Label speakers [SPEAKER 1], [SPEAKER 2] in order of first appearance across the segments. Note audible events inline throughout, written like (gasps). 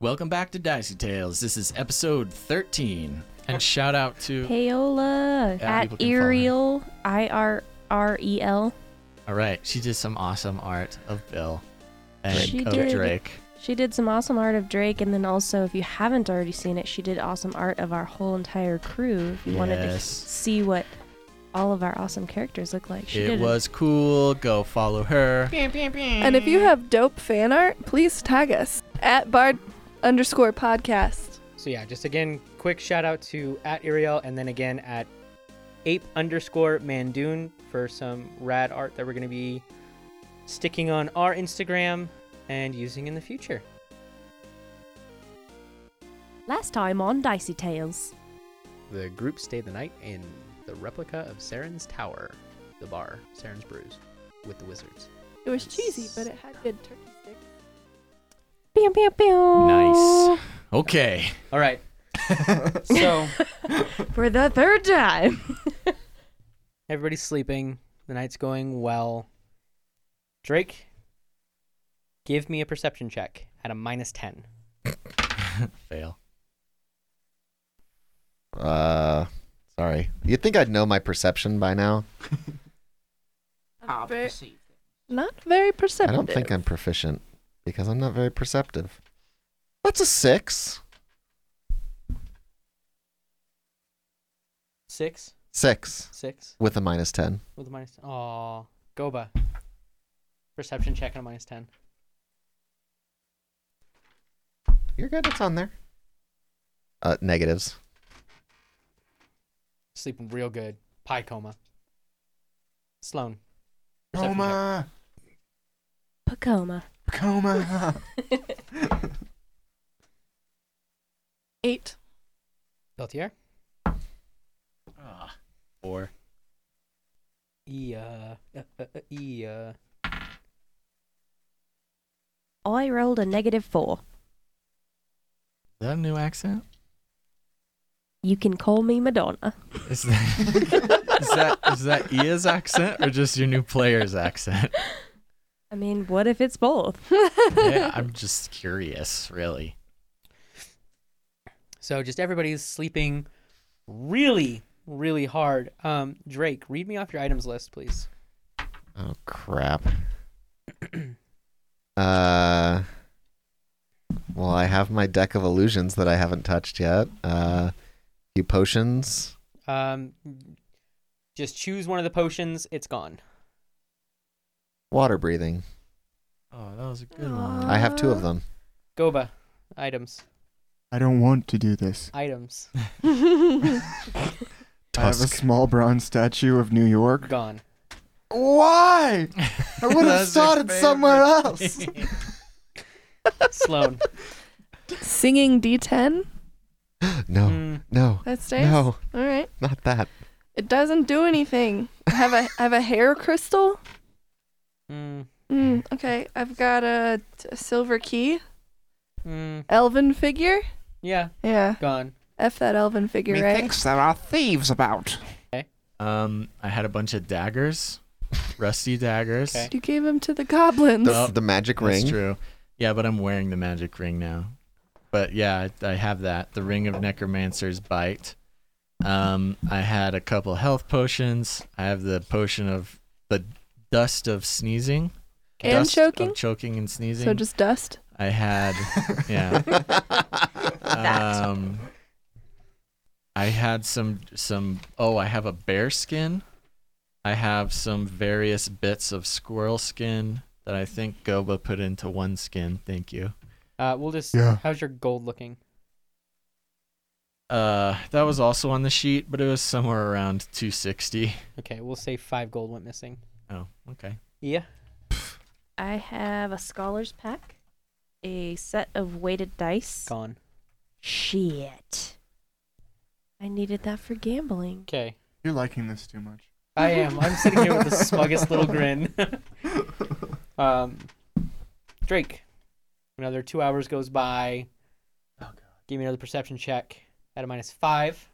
[SPEAKER 1] Welcome back to Dicey Tales. This is episode 13. And shout out to.
[SPEAKER 2] Paola
[SPEAKER 1] Yeah, people can
[SPEAKER 2] at
[SPEAKER 1] follow her.
[SPEAKER 2] Ariel I R R E L.
[SPEAKER 1] All right. She did some awesome art of Bill and
[SPEAKER 2] She
[SPEAKER 1] of
[SPEAKER 2] did.
[SPEAKER 1] Drake.
[SPEAKER 2] She did some awesome art of Drake, and then also, if you haven't already seen it, she did awesome art of our whole entire crew. If you wanted to
[SPEAKER 1] Yes.
[SPEAKER 2] see what all of our awesome characters look like, she
[SPEAKER 1] It
[SPEAKER 2] did.
[SPEAKER 1] was cool. Go follow her.
[SPEAKER 3] And if you have dope fan art, please tag us at bard underscore podcast.
[SPEAKER 4] So yeah, just again, quick shout out to at Ariel and then again at ape underscore mandoon for some rad art that we're gonna be sticking on our Instagram and using in the future.
[SPEAKER 2] Last time on Dicey Tales.
[SPEAKER 4] The group stayed the night in the replica of Saren's Tower, the bar, Saren's Brews, with the wizards.
[SPEAKER 3] It was cheesy, but it had good turkey sticks.
[SPEAKER 2] Pew, pew, pew.
[SPEAKER 1] Nice. Okay. (laughs)
[SPEAKER 4] All right. so
[SPEAKER 2] (laughs) For the third time.
[SPEAKER 4] everybody's sleeping. The night's going well. Drake, give me a perception check at a minus ten.
[SPEAKER 1] Fail.
[SPEAKER 5] Uh, sorry. You'd think I'd know my perception by now.
[SPEAKER 6] I'll
[SPEAKER 3] Very-
[SPEAKER 6] perceive.
[SPEAKER 3] Not very
[SPEAKER 5] I
[SPEAKER 3] perceptive.
[SPEAKER 5] don't think I'm proficient because I'm not very perceptive. That's a six.
[SPEAKER 4] Six,
[SPEAKER 5] Six
[SPEAKER 4] six.
[SPEAKER 5] with a minus ten.
[SPEAKER 4] With a minus 10. Aw. Goba. Perception check on a minus 10.
[SPEAKER 5] You're good. It's on there. Uh, negatives.
[SPEAKER 4] Sleeping real good. Pie coma. Sloan. perception check.
[SPEAKER 6] Coma,
[SPEAKER 2] Pacoma.
[SPEAKER 6] coma.
[SPEAKER 3] Eight.
[SPEAKER 4] Peltier?
[SPEAKER 1] Ah, four.
[SPEAKER 4] Yeah. Uh, uh, uh, yeah.
[SPEAKER 2] I rolled a negative four.
[SPEAKER 1] Is that a new accent?
[SPEAKER 2] You can call me Madonna.
[SPEAKER 1] Is
[SPEAKER 2] (laughs)
[SPEAKER 1] that, is that, is that Ia's accent or just your new player's
[SPEAKER 2] (laughs)
[SPEAKER 1] accent?
[SPEAKER 2] I mean, what if it's both?
[SPEAKER 1] Yeah, I'm just curious, really.
[SPEAKER 4] So just everybody's sleeping really, really hard. Um, Drake, read me off your items list, please.
[SPEAKER 5] Oh crap. (clears throat) uh well I have my deck of illusions that I haven't touched yet. Uh few potions.
[SPEAKER 4] Um, just choose one of the potions. It's gone.
[SPEAKER 5] Water breathing.
[SPEAKER 1] Oh, that was a good
[SPEAKER 3] one.
[SPEAKER 5] I have two
[SPEAKER 3] Uh.
[SPEAKER 5] of them.
[SPEAKER 4] Goba. Items.
[SPEAKER 6] I don't want to do this.
[SPEAKER 4] Items.
[SPEAKER 6] I have a small bronze statue of New York.
[SPEAKER 4] Gone.
[SPEAKER 6] Why? I would have started somewhere else.
[SPEAKER 4] Sloan.
[SPEAKER 3] Singing D10.
[SPEAKER 5] No.
[SPEAKER 4] Mm,
[SPEAKER 5] No.
[SPEAKER 3] That stays.
[SPEAKER 5] No,
[SPEAKER 3] All right.
[SPEAKER 5] not that.
[SPEAKER 3] It doesn't do anything. I have a I have a hair crystal.
[SPEAKER 4] mm,
[SPEAKER 3] Mm, okay. I've got a, a silver key.
[SPEAKER 4] mm.
[SPEAKER 3] Elven figure.
[SPEAKER 4] Yeah.
[SPEAKER 3] Yeah.
[SPEAKER 4] Gone.
[SPEAKER 3] F that elven figure, right?
[SPEAKER 6] there are thieves about.
[SPEAKER 1] (laughs) Um, I had a bunch of daggers, rusty daggers.
[SPEAKER 4] Okay.
[SPEAKER 3] You gave him to the goblins.
[SPEAKER 5] The,
[SPEAKER 1] No,
[SPEAKER 5] the magic
[SPEAKER 1] That's
[SPEAKER 5] ring.
[SPEAKER 1] true. Yeah, but I'm wearing the magic ring now. But yeah, I, I have that. The ring of necromancer's bite. Um, I had a couple health potions. I have the potion of the dust of sneezing.
[SPEAKER 3] And
[SPEAKER 1] Dust
[SPEAKER 3] choking?
[SPEAKER 1] Of choking and sneezing.
[SPEAKER 3] So just dust.
[SPEAKER 1] I
[SPEAKER 3] (laughs)
[SPEAKER 1] had
[SPEAKER 5] (laughs)
[SPEAKER 1] yeah. um, I had some some oh I have a bear skin. I have some various bits of squirrel skin that I think Goba put into one skin. Thank you.
[SPEAKER 4] Uh, we'll just.
[SPEAKER 6] Yeah.
[SPEAKER 4] How's your gold looking?
[SPEAKER 1] Uh, that was also on the sheet, but it was somewhere around 260.
[SPEAKER 4] Okay, we'll say five gold went missing.
[SPEAKER 1] Oh, okay.
[SPEAKER 4] Yeah.
[SPEAKER 2] I have a scholar's pack, a set of weighted dice.
[SPEAKER 4] Gone.
[SPEAKER 2] Shit. I needed that for gambling.
[SPEAKER 4] Okay.
[SPEAKER 6] You're liking this too much.
[SPEAKER 4] I am. I'm sitting here (laughs) with the smuggest little grin. (laughs) um, Drake. Another two hours goes by.
[SPEAKER 6] Oh, God.
[SPEAKER 4] Give me another perception check at a minus five.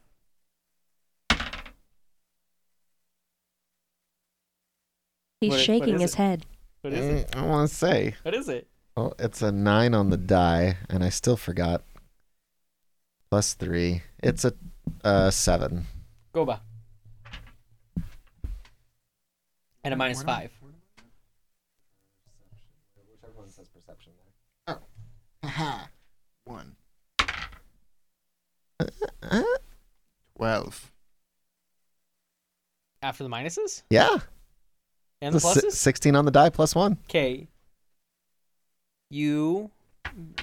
[SPEAKER 2] He's
[SPEAKER 4] What i- what
[SPEAKER 2] shaking
[SPEAKER 4] is
[SPEAKER 2] his
[SPEAKER 4] it?
[SPEAKER 2] head.
[SPEAKER 4] What is it?
[SPEAKER 5] Mm, I want to say
[SPEAKER 4] What is it?
[SPEAKER 5] Well, it's a nine on the die, and I still forgot. Plus three. It's a uh, seven.
[SPEAKER 4] Goba. And a minus five.
[SPEAKER 6] Aha. One. Twelve.
[SPEAKER 4] After the minuses
[SPEAKER 5] Yeah.
[SPEAKER 4] and the
[SPEAKER 5] It's a si-
[SPEAKER 4] pluses.
[SPEAKER 5] 16 on the die plus one.
[SPEAKER 4] Okay. You,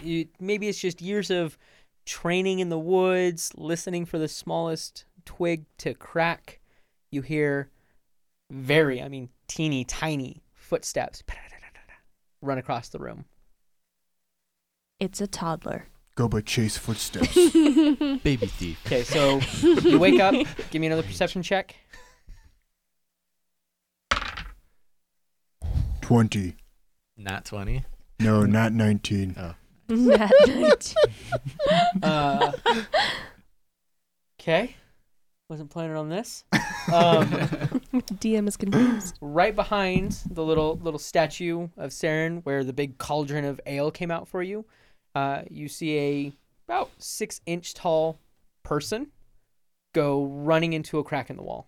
[SPEAKER 4] you maybe it's just years of training in the woods, listening for the smallest twig to crack. You hear very, I mean, teeny tiny footsteps (laughs) run across the room.
[SPEAKER 2] It's a toddler.
[SPEAKER 6] Goba
[SPEAKER 2] (laughs)
[SPEAKER 6] chase footsteps. (laughs)
[SPEAKER 1] Baby thief.
[SPEAKER 4] Okay, so you wake up. Give me another perception check.
[SPEAKER 6] Twenty.
[SPEAKER 1] Not 20.
[SPEAKER 6] No, not nineteen.
[SPEAKER 2] That night. (laughs)
[SPEAKER 4] Uh, okay. Wasn't planning on this. Um,
[SPEAKER 2] DM is confused.
[SPEAKER 4] right behind the little little statue of Saren, where the big cauldron of ale came out for you, uh, you see a about six inch tall person go running into a crack in the wall.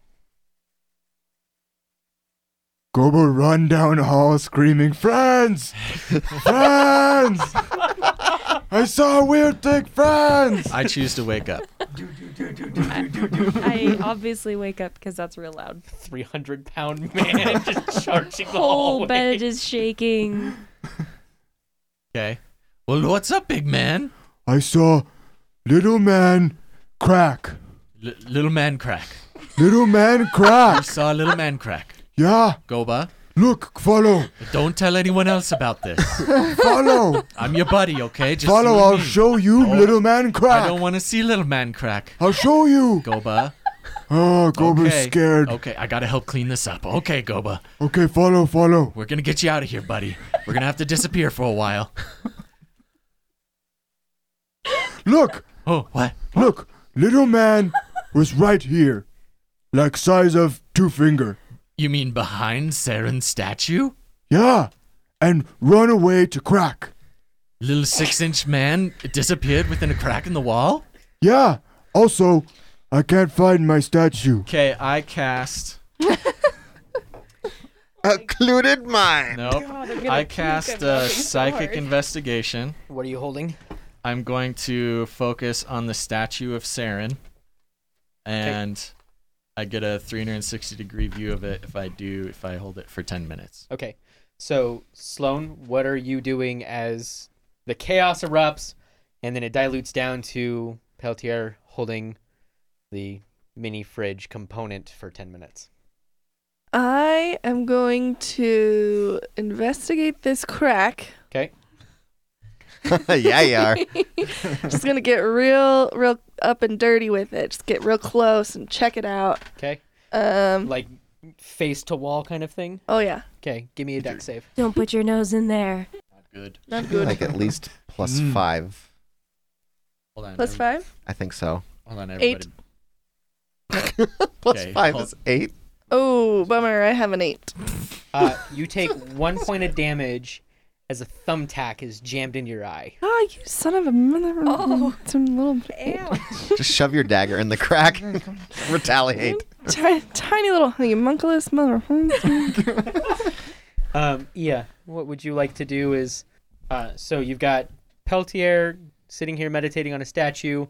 [SPEAKER 6] Goba run down hall screaming, "Friends, friends! I saw a weird thing, friends!"
[SPEAKER 1] I choose to wake up.
[SPEAKER 2] I obviously wake up because that's real loud.
[SPEAKER 4] (laughs) Three hundred pound (laughs) man just charging the
[SPEAKER 2] Whole
[SPEAKER 4] hallway.
[SPEAKER 2] bed is (laughs) shaking.
[SPEAKER 1] Okay. Well, what's up, big man?
[SPEAKER 6] I saw little man crack.
[SPEAKER 1] L- little man crack.
[SPEAKER 6] Little man
[SPEAKER 1] I
[SPEAKER 6] crack.
[SPEAKER 1] saw little man crack.
[SPEAKER 6] Yeah,
[SPEAKER 1] Goba,
[SPEAKER 6] look, follow,
[SPEAKER 1] don't tell anyone else about this.
[SPEAKER 6] (laughs) follow,
[SPEAKER 1] I'm your buddy, okay? Just
[SPEAKER 6] follow.
[SPEAKER 1] you and
[SPEAKER 6] I'll
[SPEAKER 1] me.
[SPEAKER 6] show you,
[SPEAKER 1] Oh,
[SPEAKER 6] little man
[SPEAKER 1] I
[SPEAKER 6] crack.
[SPEAKER 1] don't want to see little man crack.
[SPEAKER 6] I'll show you.
[SPEAKER 1] Goba.
[SPEAKER 6] Oh, Goba's
[SPEAKER 1] okay.
[SPEAKER 6] scared.
[SPEAKER 1] Okay, I gotta help clean this up. Okay, Goba.
[SPEAKER 6] Okay, follow, follow.
[SPEAKER 1] We're gonna get you out of here, buddy. We're gonna have to disappear for a while.
[SPEAKER 6] Look,
[SPEAKER 1] Oh, what?
[SPEAKER 6] look, little man was right here, like size of two finger.
[SPEAKER 1] You mean behind Saren's statue?
[SPEAKER 6] Yeah, and run away to crack.
[SPEAKER 1] Little six inch man disappeared within a crack in the wall?
[SPEAKER 6] Yeah. Also, I can't find my statue.
[SPEAKER 1] Okay, I cast.
[SPEAKER 5] (laughs) Occluded mine.
[SPEAKER 1] Nope. I cast a psychic investigation.
[SPEAKER 4] What are you holding?
[SPEAKER 1] I'm going to focus on the statue of Saren, and I get a 360 degree view of it if I do if I hold it for 10 minutes.
[SPEAKER 4] Okay, so Sloan, what are you doing as the chaos erupts, and then it dilutes down to Peltier holding the mini fridge component for ten minutes?
[SPEAKER 3] I am going to investigate this crack.
[SPEAKER 4] Okay.
[SPEAKER 5] (laughs) yeah, you (laughs) are.
[SPEAKER 3] Just gonna get real, real up and dirty with it. Just get real close and check it out.
[SPEAKER 4] Okay.
[SPEAKER 3] Um.
[SPEAKER 4] Like face to wall kind of thing.
[SPEAKER 3] Oh yeah.
[SPEAKER 4] Okay, give me a deck save.
[SPEAKER 2] Don't put your nose in there.
[SPEAKER 1] Good.
[SPEAKER 3] Not good.
[SPEAKER 5] like at least plus
[SPEAKER 6] Mm.
[SPEAKER 5] five.
[SPEAKER 1] Hold on.
[SPEAKER 3] Plus
[SPEAKER 1] every-
[SPEAKER 3] five.
[SPEAKER 5] I think so. (laughs)
[SPEAKER 1] Hold on,
[SPEAKER 3] Eight.
[SPEAKER 1] everybody.
[SPEAKER 5] Plus
[SPEAKER 1] Okay,
[SPEAKER 5] five
[SPEAKER 1] hold-
[SPEAKER 5] is eight.
[SPEAKER 3] Oh, bummer. I have an eight.
[SPEAKER 5] (laughs)
[SPEAKER 4] Uh, you take (laughs) one point of damage as a thumbtack is jammed into your eye.
[SPEAKER 3] Oh, you son of a mother!
[SPEAKER 2] Oh.
[SPEAKER 3] some (laughs) little
[SPEAKER 5] Just shove your dagger in the crack. (laughs) Retaliate.
[SPEAKER 3] tiny, tiny little homunculus (laughs) mother.
[SPEAKER 4] Um, yeah. What would you like to do is, uh, so you've got Peltier sitting here meditating on a statue,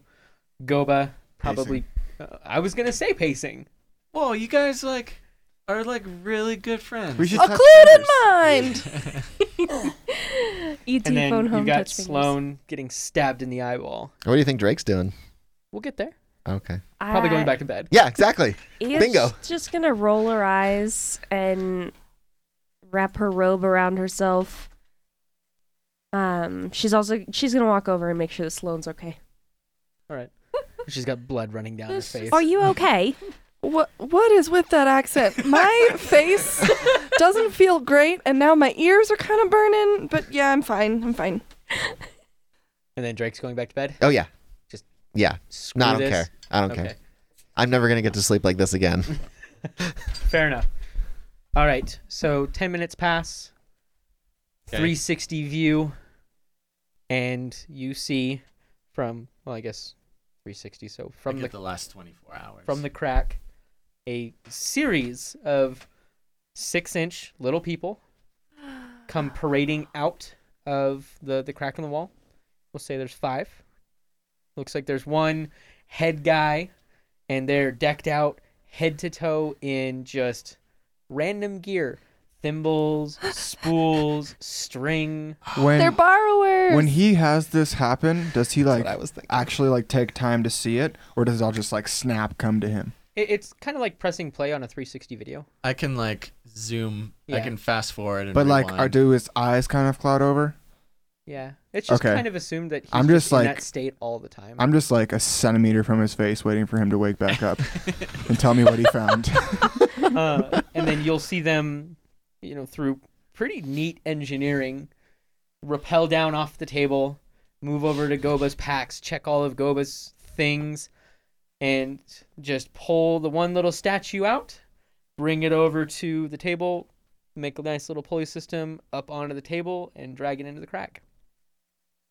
[SPEAKER 4] Goba probably. Uh, I was gonna say pacing.
[SPEAKER 1] Whoa, you guys like are like really good friends.
[SPEAKER 6] We should touch
[SPEAKER 3] Occluded
[SPEAKER 6] fingers.
[SPEAKER 3] mind. (laughs)
[SPEAKER 2] ET
[SPEAKER 4] And
[SPEAKER 2] E phone
[SPEAKER 4] then
[SPEAKER 2] home
[SPEAKER 4] you've got
[SPEAKER 2] touch fingers.
[SPEAKER 4] Sloane getting stabbed in the eyeball.
[SPEAKER 5] What do you think Drake's doing?
[SPEAKER 4] We'll get there.
[SPEAKER 5] Okay.
[SPEAKER 4] Probably
[SPEAKER 2] I-
[SPEAKER 4] going back to bed.
[SPEAKER 5] Yeah, exactly.
[SPEAKER 2] Ia's
[SPEAKER 5] Bingo.
[SPEAKER 2] Just gonna roll her eyes and wrap her robe around herself. Um, she's also she's gonna walk over and make sure that Sloane's okay.
[SPEAKER 4] All right. She's got blood running down her face.
[SPEAKER 2] Are you okay?
[SPEAKER 3] What what is with that
[SPEAKER 2] Oh, (laughs)
[SPEAKER 3] accent? My (laughs) face doesn't feel great, and now my ears are kind of burning. But yeah, I'm fine. I'm fine.
[SPEAKER 4] (laughs) And then Drake's going back to bed.
[SPEAKER 5] Oh, yeah.
[SPEAKER 4] Just-
[SPEAKER 5] Yeah.
[SPEAKER 4] Screw
[SPEAKER 5] No, I don't
[SPEAKER 4] this.
[SPEAKER 5] care. I don't
[SPEAKER 4] okay.
[SPEAKER 5] care. I'm never going to get to sleep like this again.
[SPEAKER 4] Fair enough. All right. So 10 minutes pass.
[SPEAKER 1] Okay.
[SPEAKER 4] 360 view. and you see from well, I guess 360. So from the
[SPEAKER 1] the last 24 hours.
[SPEAKER 4] from the crack a series of six inch little people
[SPEAKER 6] (gasps)
[SPEAKER 4] come parading out of the, the crack in the wall. We'll say there's five. Looks like there's one head guy, and they're decked out head to toe in just random gear thimbles,
[SPEAKER 6] (laughs)
[SPEAKER 4] spools, string.
[SPEAKER 3] They're
[SPEAKER 6] When
[SPEAKER 3] borrowers.
[SPEAKER 6] when he has this happen, does he
[SPEAKER 5] That's
[SPEAKER 6] like
[SPEAKER 5] what I was thinking.
[SPEAKER 6] actually like take time to see it, or does it all just like snap come to him?
[SPEAKER 4] It, it's kind of like pressing play on a 360 video.
[SPEAKER 1] I can like zoom. I
[SPEAKER 4] Yeah.
[SPEAKER 1] can fast forward. And
[SPEAKER 6] But like,
[SPEAKER 1] rewind.
[SPEAKER 6] are do his eyes kind of cloud over?
[SPEAKER 4] Yeah, it's just
[SPEAKER 6] Okay.
[SPEAKER 4] kind of assumed that he's
[SPEAKER 6] I'm
[SPEAKER 4] just,
[SPEAKER 6] just
[SPEAKER 4] in
[SPEAKER 6] like-
[SPEAKER 4] that state all the time.
[SPEAKER 6] I'm just like a centimeter from his face, waiting for him to wake
[SPEAKER 1] (laughs)
[SPEAKER 6] back up and tell me what he found.
[SPEAKER 4] uh, and then you'll see them, you know, through pretty neat engineering, rappel down off the table, move over to Goba's packs, check all of Goba's things, and just pull the one little statue out, bring it over to the table, make a nice little pulley system up onto the table, and drag it into the crack.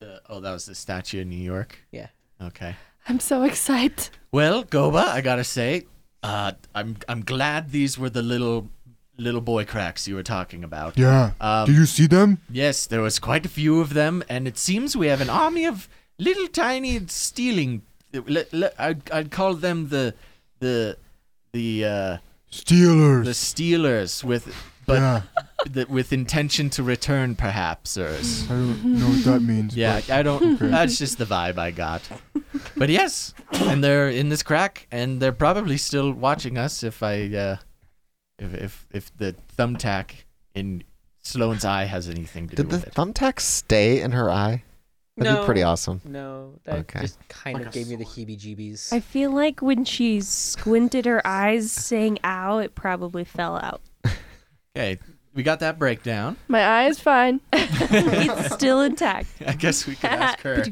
[SPEAKER 1] The- (laughs) oh, that was the statue in New York.
[SPEAKER 4] Yeah.
[SPEAKER 1] Okay.
[SPEAKER 3] I'm so excited.
[SPEAKER 1] Well, Goba, I gotta say, uh, I'm I'm glad these were the little little boy cracks you were talking about.
[SPEAKER 6] (laughs) yeah. Do
[SPEAKER 1] Um,
[SPEAKER 6] you see them?
[SPEAKER 1] yes, there was quite a few of them, and it seems we have an army of little tiny stealing. uh, le- le- I'd, I'd call them the the the uh,
[SPEAKER 6] Steelers.
[SPEAKER 1] the stealers with but
[SPEAKER 6] yeah.
[SPEAKER 1] the, with intention to return, perhaps, or s-
[SPEAKER 6] I don't know what that means.
[SPEAKER 1] yeah,
[SPEAKER 6] but-
[SPEAKER 1] I I
[SPEAKER 5] (laughs)
[SPEAKER 1] don't.
[SPEAKER 6] Okay.
[SPEAKER 1] That's just the vibe I got. But yes, and they're in this crack, and they're probably still watching us. If I, uh, if if if the thumbtack in Sloane's eye has anything to
[SPEAKER 5] Did
[SPEAKER 1] do
[SPEAKER 5] the
[SPEAKER 1] with it.
[SPEAKER 5] thumbtack stay in her eye? That'd
[SPEAKER 4] No.
[SPEAKER 5] be pretty awesome.
[SPEAKER 4] No, that
[SPEAKER 5] Okay.
[SPEAKER 4] just kind
[SPEAKER 1] Like
[SPEAKER 4] of
[SPEAKER 1] a
[SPEAKER 4] gave me the heebie-jeebies.
[SPEAKER 2] I feel like when she squinted her eyes saying ow, it probably fell out.
[SPEAKER 1] Okay, we got that breakdown. (laughs)
[SPEAKER 3] My eye is fine. (laughs)
[SPEAKER 2] it's still (laughs) intact.
[SPEAKER 1] I guess we can ask her.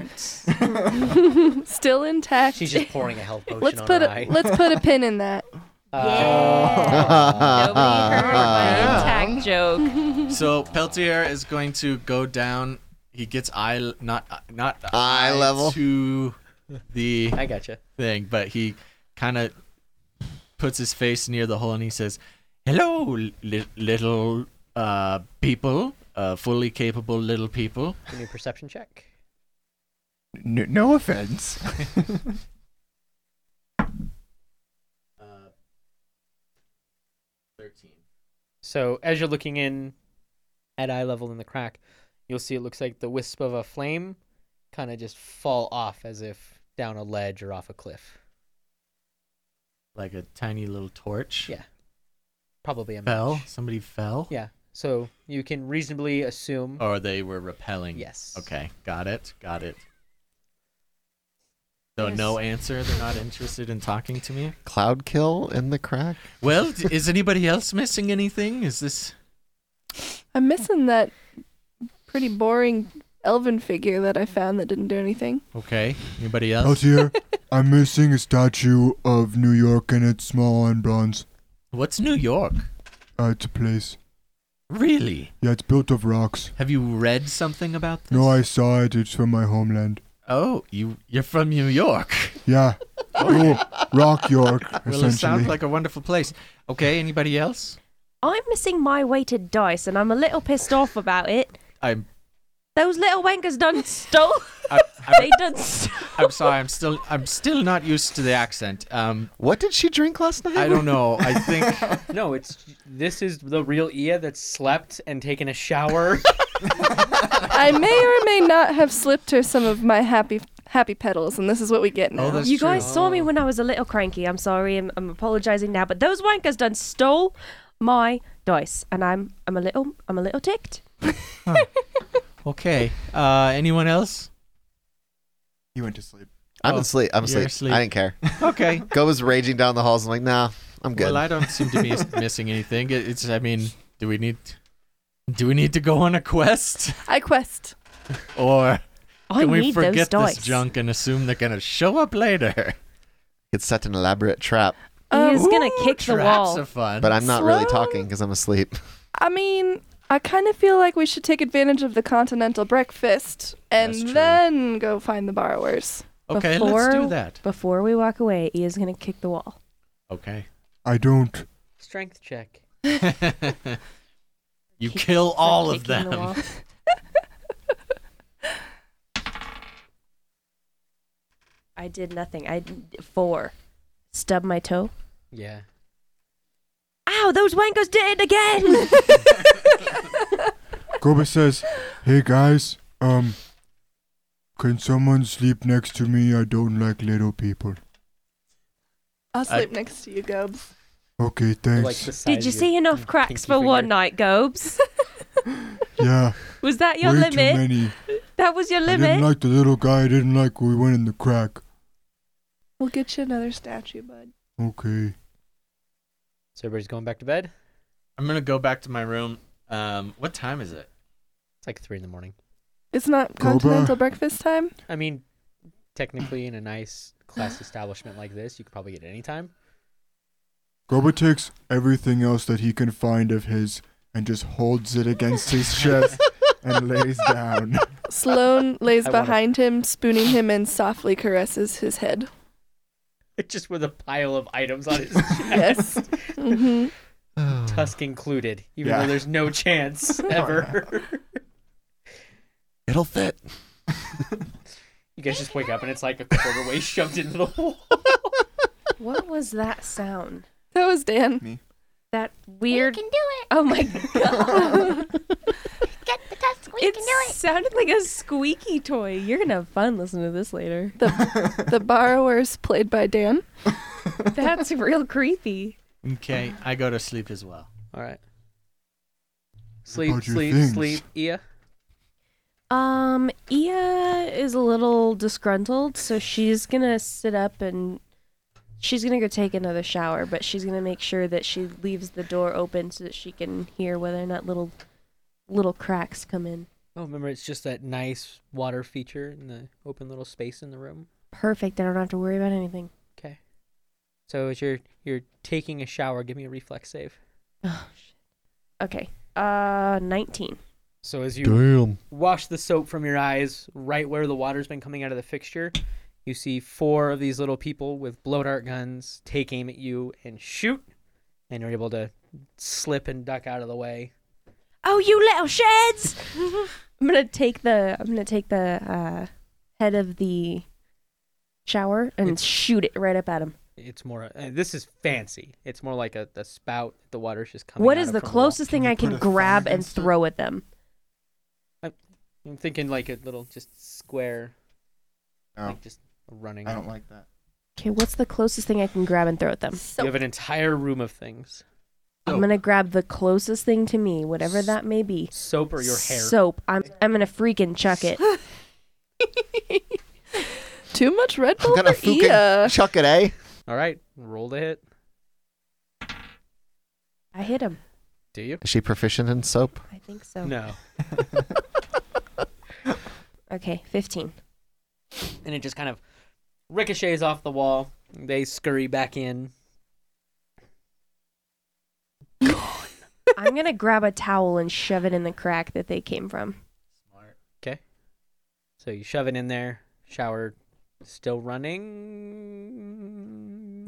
[SPEAKER 3] Still intact.
[SPEAKER 4] She's just pouring a health potion
[SPEAKER 3] let's
[SPEAKER 4] on
[SPEAKER 3] put
[SPEAKER 4] her
[SPEAKER 3] a
[SPEAKER 4] eye.
[SPEAKER 3] (laughs) let's put a pin
[SPEAKER 4] (laughs)
[SPEAKER 3] in that.
[SPEAKER 2] Yeah. Nobody heard my
[SPEAKER 5] Yeah.
[SPEAKER 2] intact joke.
[SPEAKER 1] So Peltier is going to go down. He gets eye not not
[SPEAKER 5] Eye level.
[SPEAKER 1] to the
[SPEAKER 4] I gotcha.
[SPEAKER 1] thing, but he kind of puts his face near the hole and he says, "Hello, li- little uh, people, uh, fully capable little people."
[SPEAKER 4] Give me a perception check.
[SPEAKER 6] N- no offense.
[SPEAKER 1] Uh, Thirteen.
[SPEAKER 4] So as you're looking in at eye level in the crack, you'll see it looks like the wisp of a flame kind of just fall off as if down a ledge or off a cliff.
[SPEAKER 1] Like a tiny little torch.
[SPEAKER 4] Yeah. Probably a match.
[SPEAKER 1] Fell. Somebody fell.
[SPEAKER 4] Yeah. So you can reasonably assume
[SPEAKER 1] Or they were repelling.
[SPEAKER 4] yes.
[SPEAKER 1] Oh, Okay. Got it. Got it. So no answer. They're not interested in talking to me.
[SPEAKER 5] Cloud kill in the crack?
[SPEAKER 1] Well, d- is anybody else missing anything? Is this?
[SPEAKER 3] I'm missing that pretty boring elven figure that I found that didn't do anything.
[SPEAKER 1] Okay. Anybody else?
[SPEAKER 6] Out here, I'm missing a statue of New York, and it's small and bronze.
[SPEAKER 1] What's New York?
[SPEAKER 6] Uh, it's a place.
[SPEAKER 1] Really?
[SPEAKER 6] Yeah, it's built of rocks.
[SPEAKER 1] Have you read something about this?
[SPEAKER 6] No, I saw it. It's from my homeland.
[SPEAKER 1] Oh, you you're from New York. (laughs)
[SPEAKER 6] Yeah. Yo- Rock York,
[SPEAKER 1] Well, it
[SPEAKER 6] essentially.
[SPEAKER 1] sounds like a wonderful place. Okay, anybody else?
[SPEAKER 2] I'm missing my weighted dice and I'm a little pissed off about it.
[SPEAKER 1] I'm
[SPEAKER 2] Those little wankers done stole.
[SPEAKER 1] I'm, I'm,
[SPEAKER 2] they
[SPEAKER 1] (laughs)
[SPEAKER 2] done stole.
[SPEAKER 1] I'm sorry. I'm still I'm still not used to the accent. Um,
[SPEAKER 5] What did she drink last night?
[SPEAKER 1] I don't know. I think
[SPEAKER 6] (laughs)
[SPEAKER 4] No, it's this is the real Ia that's slept and taken a shower.
[SPEAKER 3] I may or may not have slipped her some of my happy happy petals, and this is what we get now.
[SPEAKER 1] Oh, that's
[SPEAKER 2] You
[SPEAKER 1] true.
[SPEAKER 2] guys saw me when I was a little cranky. I'm sorry. I'm, I'm apologizing now, but those wankers done stole my dice, and I'm I'm a little I'm a
[SPEAKER 1] (laughs)
[SPEAKER 2] little ticked.
[SPEAKER 1] Okay. Uh, anyone else?
[SPEAKER 6] (laughs) He went
[SPEAKER 1] (laughs)
[SPEAKER 6] to sleep.
[SPEAKER 5] (laughs) I'm
[SPEAKER 1] Oh,
[SPEAKER 5] asleep. I'm
[SPEAKER 1] you're
[SPEAKER 5] asleep.
[SPEAKER 1] asleep.
[SPEAKER 5] I didn't care.
[SPEAKER 1] Okay.
[SPEAKER 5] Go was raging down the halls. I'm like, nah, I'm good.
[SPEAKER 1] Well, I don't seem to be (laughs) s- missing anything. It- It's I mean, do we need do we need to go on a quest
[SPEAKER 3] I quest.
[SPEAKER 1] (laughs) or
[SPEAKER 2] I
[SPEAKER 1] can we
[SPEAKER 2] need those
[SPEAKER 1] forget
[SPEAKER 2] dice.
[SPEAKER 1] this junk and assume they're gonna show up later?
[SPEAKER 5] it's such an elaborate trap,
[SPEAKER 2] He is gonna
[SPEAKER 1] Ooh,
[SPEAKER 2] kick the
[SPEAKER 1] traps
[SPEAKER 2] wall.
[SPEAKER 1] Are fun.
[SPEAKER 5] but I'm not really
[SPEAKER 3] Slow.
[SPEAKER 5] talking because I'm asleep. (laughs)
[SPEAKER 3] I mean, I kind of feel like we should take advantage of the continental breakfast
[SPEAKER 1] That's
[SPEAKER 3] and
[SPEAKER 1] true.
[SPEAKER 3] then go find the borrowers.
[SPEAKER 1] Okay, let's do
[SPEAKER 2] Before-
[SPEAKER 1] that.
[SPEAKER 2] Before we walk away, Ia's gonna kick the wall. (laughs)
[SPEAKER 1] Okay.
[SPEAKER 6] I don't.
[SPEAKER 4] (laughs) Strength check.
[SPEAKER 1] you
[SPEAKER 2] Keep-
[SPEAKER 1] kill all of
[SPEAKER 2] Kicking the
[SPEAKER 1] them. (laughs)
[SPEAKER 2] wall. I did nothing. I did four. Stub my toe.
[SPEAKER 4] Yeah.
[SPEAKER 2] Ow! Those wankers did it (laughs) again.
[SPEAKER 6] Goba says, "Hey guys, um, can someone sleep next to me? I don't like little people."
[SPEAKER 3] I'll
[SPEAKER 1] I-
[SPEAKER 3] sleep next to you, Gob.
[SPEAKER 6] Okay, thanks.
[SPEAKER 4] Like the size
[SPEAKER 2] did you
[SPEAKER 4] of
[SPEAKER 2] see
[SPEAKER 4] your
[SPEAKER 2] enough cracks
[SPEAKER 4] pinky
[SPEAKER 2] for one
[SPEAKER 4] finger.
[SPEAKER 2] night, Gobes? (laughs)
[SPEAKER 6] yeah,
[SPEAKER 2] Was that your
[SPEAKER 6] way too
[SPEAKER 2] limit?
[SPEAKER 6] many.
[SPEAKER 2] That was your
[SPEAKER 6] I didn't
[SPEAKER 2] limit.
[SPEAKER 6] like the little guy. I didn't like we went in the crack.
[SPEAKER 3] We'll get you another statue, bud.
[SPEAKER 6] Okay.
[SPEAKER 4] So everybody's going back to bed.
[SPEAKER 1] I'm gonna go back to my room. Um, what time is it?
[SPEAKER 4] It's like three in the morning.
[SPEAKER 3] It's not continental breakfast time.
[SPEAKER 4] I mean, technically, in a nice class establishment like this, you could probably get it any time.
[SPEAKER 6] Goba takes everything else that he can find of his and just holds it against
[SPEAKER 3] (laughs)
[SPEAKER 6] his chest and lays down.
[SPEAKER 3] Sloane lays
[SPEAKER 4] I wanna-
[SPEAKER 3] behind him, spooning him, and softly caresses his head.
[SPEAKER 4] Just with a pile of items on
[SPEAKER 6] (laughs)
[SPEAKER 4] his
[SPEAKER 3] Yes.
[SPEAKER 4] chest,
[SPEAKER 3] hmm
[SPEAKER 4] tusk included, even
[SPEAKER 6] Yeah. Oh,
[SPEAKER 4] though there's no chance
[SPEAKER 6] (laughs)
[SPEAKER 4] ever.
[SPEAKER 5] It'll fit.
[SPEAKER 4] you guys just wake up and it's like a quarter way shoved into the wall.
[SPEAKER 2] What was that sound?
[SPEAKER 3] That was Dan.
[SPEAKER 2] That weird.
[SPEAKER 7] We can do it.
[SPEAKER 2] Oh (laughs) my god!
[SPEAKER 7] Get the tusk. We
[SPEAKER 2] it
[SPEAKER 7] can do it.
[SPEAKER 2] sounded like a squeaky toy. You're gonna have fun listening to this later.
[SPEAKER 3] (laughs) The borrowers played by Dan.
[SPEAKER 2] That's real creepy.
[SPEAKER 1] Okay, I go to sleep as well.
[SPEAKER 4] All right. Sleep,
[SPEAKER 6] about your
[SPEAKER 4] sleep,
[SPEAKER 6] things?
[SPEAKER 4] sleep. Yeah.
[SPEAKER 2] Um, Ia is a little disgruntled, so she's gonna sit up and she's gonna go take another shower, but she's gonna make sure that she leaves the door open so that she can hear whether or not little little cracks come in.
[SPEAKER 4] Oh, remember, it's just that nice water feature in the open little space in the room.
[SPEAKER 2] Perfect. I don't have to worry about anything.
[SPEAKER 4] Okay. So as you're you're taking a shower, give me a reflex save.
[SPEAKER 2] Oh shit. Okay. Uh, nineteen.
[SPEAKER 4] So as you
[SPEAKER 5] Damn.
[SPEAKER 4] wash the soap from your eyes right where the water's been coming out of the fixture. You see four of these little people with blow dart guns take aim at you and shoot, and you're able to slip and duck out of the way.
[SPEAKER 2] Oh, you little sheds! (laughs) I'm gonna take the I'm gonna take the uh, head of the shower and
[SPEAKER 4] It's-
[SPEAKER 2] shoot it right up at him.
[SPEAKER 4] It's more. Uh, this is fancy. It's more like a, a spout. The water's just coming.
[SPEAKER 2] What
[SPEAKER 4] out
[SPEAKER 2] is
[SPEAKER 4] of
[SPEAKER 2] the
[SPEAKER 4] from
[SPEAKER 2] closest
[SPEAKER 6] Can
[SPEAKER 2] thing
[SPEAKER 6] you
[SPEAKER 2] I
[SPEAKER 6] put a
[SPEAKER 2] can
[SPEAKER 6] thumb
[SPEAKER 2] grab and
[SPEAKER 6] against it?
[SPEAKER 2] throw at them?
[SPEAKER 4] wall. I'm thinking like a little just square,
[SPEAKER 6] (laughs) No,
[SPEAKER 4] like just running.
[SPEAKER 6] I don't like that.
[SPEAKER 2] Okay, what's the closest thing I can grab and throw at them?
[SPEAKER 4] Um, You have an entire room of things.
[SPEAKER 2] I'm gonna grab the closest thing to me, whatever that may be.
[SPEAKER 4] Soap or your hair.
[SPEAKER 2] Soap. I'm I'm gonna freaking chuck (gasps) it.
[SPEAKER 3] Too much Red
[SPEAKER 5] I'm
[SPEAKER 3] Bull
[SPEAKER 5] gonna
[SPEAKER 3] for
[SPEAKER 5] fucking
[SPEAKER 3] Ia.
[SPEAKER 5] chuck it, eh?
[SPEAKER 4] All right, roll the hit.
[SPEAKER 2] I hit him. (laughs)
[SPEAKER 4] Do you?
[SPEAKER 5] Is she proficient in soap?
[SPEAKER 2] I think so.
[SPEAKER 4] No.
[SPEAKER 2] Okay, fifteen.
[SPEAKER 4] and it just kind of ricochets off the wall. They scurry back in.
[SPEAKER 2] I'm gonna grab a towel and shove it in the crack that they came from.
[SPEAKER 4] So you shove it in there. Shower still running.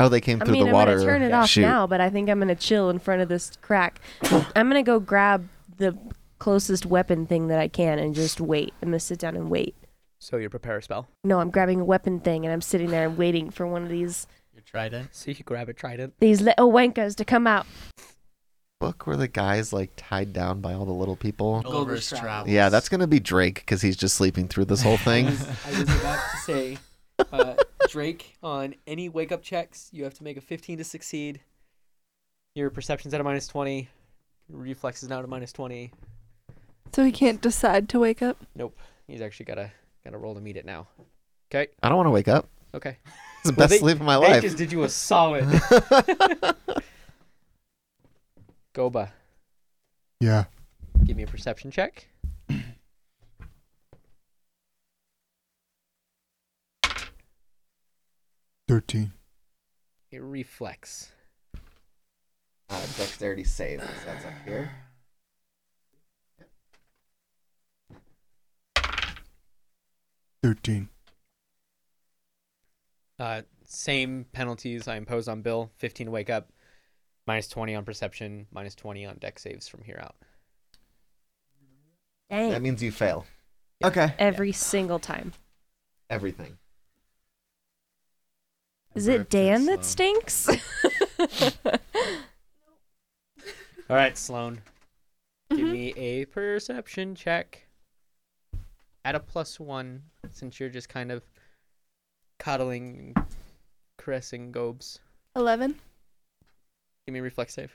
[SPEAKER 5] Oh, they came
[SPEAKER 2] I
[SPEAKER 5] through
[SPEAKER 2] mean,
[SPEAKER 5] the
[SPEAKER 2] I'm
[SPEAKER 5] water.
[SPEAKER 2] gonna turn it off
[SPEAKER 5] Shoot.
[SPEAKER 2] now, but I think I'm gonna chill in front of this
[SPEAKER 5] (gasps)
[SPEAKER 2] crack. I'm gonna go grab the closest weapon thing that I can and just wait. I'm gonna sit down and wait.
[SPEAKER 4] (laughs) so you prepare a spell.
[SPEAKER 2] No, I'm grabbing a weapon thing and I'm sitting there and waiting for one of these
[SPEAKER 1] Your trident.
[SPEAKER 4] So you grab a trident.
[SPEAKER 2] these little wankers to come out.
[SPEAKER 5] Book where the guy's like tied down by all the little people.
[SPEAKER 1] Oliver's
[SPEAKER 4] Golder's
[SPEAKER 1] travels.
[SPEAKER 5] Yeah, that's gonna be Drake because he's just sleeping through this
[SPEAKER 4] I
[SPEAKER 5] whole
[SPEAKER 4] (laughs)
[SPEAKER 5] thing.
[SPEAKER 4] was, I was about to say, uh, Drake, on any wake up checks, you have to make a 15 to succeed. Your perception's at a minus 20. Your reflex is now at a minus 20.
[SPEAKER 3] So he can't decide to wake up.
[SPEAKER 4] He's actually got to got to roll to meet it now.
[SPEAKER 5] I don't want to wake up.
[SPEAKER 4] Okay.
[SPEAKER 5] It's the
[SPEAKER 4] Well,
[SPEAKER 5] best
[SPEAKER 4] they-
[SPEAKER 5] sleep of my
[SPEAKER 4] they
[SPEAKER 5] life. (laughs)
[SPEAKER 4] just did you a solid. (laughs) Goba,
[SPEAKER 6] Yeah.
[SPEAKER 4] give me a perception check.
[SPEAKER 6] Thirteen.
[SPEAKER 4] A reflex.
[SPEAKER 5] uh, dexterity save. as That's up here.
[SPEAKER 6] Thirteen.
[SPEAKER 4] Uh, same penalties I impose on Bill. 15 to wake up, minus 20 on perception, minus 20 on deck saves from here out.
[SPEAKER 2] Dang.
[SPEAKER 5] That means you fail
[SPEAKER 6] Okay.
[SPEAKER 2] Every single time.
[SPEAKER 5] everything.
[SPEAKER 2] Is it Dan
[SPEAKER 5] uh,
[SPEAKER 2] that
[SPEAKER 5] (laughs)
[SPEAKER 2] stinks? (laughs)
[SPEAKER 4] All right, Sloan, give me a perception check. At a plus one, since you're just kind of coddling, and caressing Gobes.
[SPEAKER 3] Eleven.
[SPEAKER 4] Give me a reflex save.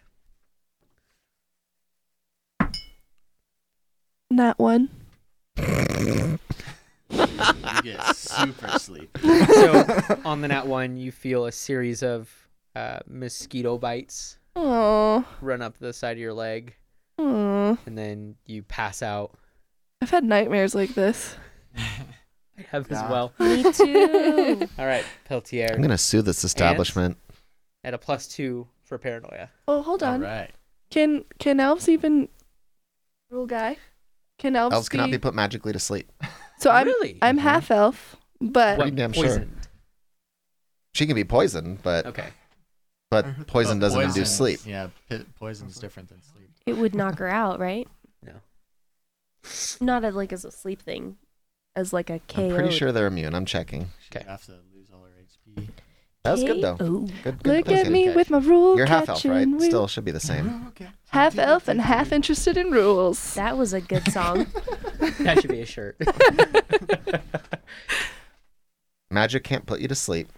[SPEAKER 3] Not one.
[SPEAKER 1] You get
[SPEAKER 6] (laughs)
[SPEAKER 1] super
[SPEAKER 2] (laughs)
[SPEAKER 1] sleepy.
[SPEAKER 4] so on the nat one, you feel a series of uh, mosquito bites
[SPEAKER 3] Oh.
[SPEAKER 4] run up the side of your leg,
[SPEAKER 3] Oh.
[SPEAKER 4] and then you pass out.
[SPEAKER 3] I've had nightmares like this.
[SPEAKER 4] I have
[SPEAKER 6] Yeah.
[SPEAKER 4] as well.
[SPEAKER 2] Me too.
[SPEAKER 4] All right, Peltier
[SPEAKER 5] I'm gonna sue this establishment.
[SPEAKER 4] at a plus two for paranoia.
[SPEAKER 3] Oh, hold
[SPEAKER 1] All
[SPEAKER 3] on.
[SPEAKER 1] right.
[SPEAKER 3] Can can elves even rule guy? Can
[SPEAKER 2] Oh,
[SPEAKER 3] elves,
[SPEAKER 5] Elves
[SPEAKER 3] be...
[SPEAKER 5] cannot be put magically to sleep.
[SPEAKER 3] So I'm
[SPEAKER 4] really?
[SPEAKER 3] I'm
[SPEAKER 5] Mhm.
[SPEAKER 3] half elf, but
[SPEAKER 5] Pretty damn sure.
[SPEAKER 4] poisoned?
[SPEAKER 5] She can be poisoned, but
[SPEAKER 4] Okay. Uh-huh.
[SPEAKER 5] but poison
[SPEAKER 1] But
[SPEAKER 5] doesn't
[SPEAKER 1] poison-
[SPEAKER 5] induce sleep.
[SPEAKER 1] Yeah, pi- poison's different than sleep.
[SPEAKER 2] it would knock her out, right?
[SPEAKER 4] No.
[SPEAKER 2] Not as like as a sleep thing, as like a KO.
[SPEAKER 5] I'm pretty sure they're immune. I'm checking.
[SPEAKER 1] She'd
[SPEAKER 4] Okay.
[SPEAKER 1] have to lose all her HP.
[SPEAKER 5] That was good though. Good, good
[SPEAKER 3] look
[SPEAKER 5] that's
[SPEAKER 3] at
[SPEAKER 5] good.
[SPEAKER 3] me
[SPEAKER 1] catch.
[SPEAKER 3] with my
[SPEAKER 2] oh,
[SPEAKER 3] rule
[SPEAKER 5] You're half
[SPEAKER 3] catching.
[SPEAKER 5] elf, right?
[SPEAKER 3] wheel.
[SPEAKER 5] Still should be the same.
[SPEAKER 6] Okay.
[SPEAKER 3] half elf and half interested in (laughs) rules.
[SPEAKER 2] That was a good song.
[SPEAKER 4] That should be a
[SPEAKER 3] (laughs)
[SPEAKER 4] shirt.
[SPEAKER 5] Magic can't put you to sleep.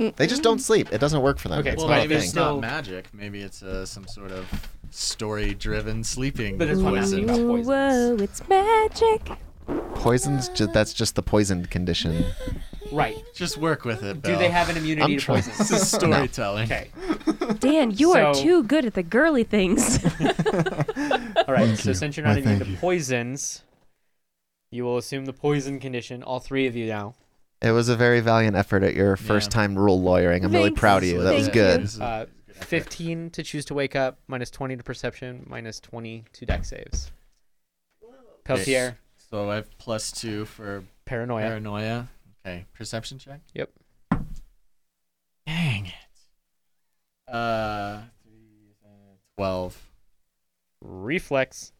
[SPEAKER 3] Mm.
[SPEAKER 5] They just don't sleep. It doesn't work for them.
[SPEAKER 4] Okay,
[SPEAKER 5] it's
[SPEAKER 4] well,
[SPEAKER 5] not a
[SPEAKER 1] maybe
[SPEAKER 5] thing.
[SPEAKER 1] it's not
[SPEAKER 4] So-
[SPEAKER 1] magic. Maybe it's uh, some sort of story-driven sleeping
[SPEAKER 4] But (laughs) it's what
[SPEAKER 1] poison.
[SPEAKER 2] Ooh,
[SPEAKER 4] happens.
[SPEAKER 2] whoa, it's magic.
[SPEAKER 5] Poisons. Ju- that's just the poisoned condition.
[SPEAKER 4] right.
[SPEAKER 1] Just work with it.
[SPEAKER 4] Do
[SPEAKER 1] Bill.
[SPEAKER 4] they have an immunity
[SPEAKER 5] I'm
[SPEAKER 4] to
[SPEAKER 5] trying. (laughs)
[SPEAKER 4] poison?
[SPEAKER 1] This is storytelling.
[SPEAKER 4] (laughs) Okay.
[SPEAKER 2] Dan, you are
[SPEAKER 4] So-
[SPEAKER 2] too good at the girly things.
[SPEAKER 4] All right.
[SPEAKER 6] Thank
[SPEAKER 4] so
[SPEAKER 6] you.
[SPEAKER 4] since you're
[SPEAKER 6] My
[SPEAKER 4] not immune
[SPEAKER 6] thank
[SPEAKER 4] to
[SPEAKER 6] you.
[SPEAKER 4] poisons, you will assume the poison condition. All three of you now.
[SPEAKER 5] It was a very valiant effort at your first
[SPEAKER 1] Yeah.
[SPEAKER 5] time rule lawyering. I'm really
[SPEAKER 3] Thanks.
[SPEAKER 5] proud of you. That was
[SPEAKER 3] Thank
[SPEAKER 5] good.
[SPEAKER 3] you.
[SPEAKER 1] This is-
[SPEAKER 4] Uh, 15 to choose to wake up, minus 20 to perception, minus 20 to deck saves. Peltier,
[SPEAKER 1] So I have plus two for
[SPEAKER 4] paranoia.
[SPEAKER 1] paranoia. Okay, perception check.
[SPEAKER 4] Oh, Yep.
[SPEAKER 1] Dang it. Uh, twelve.
[SPEAKER 4] reflex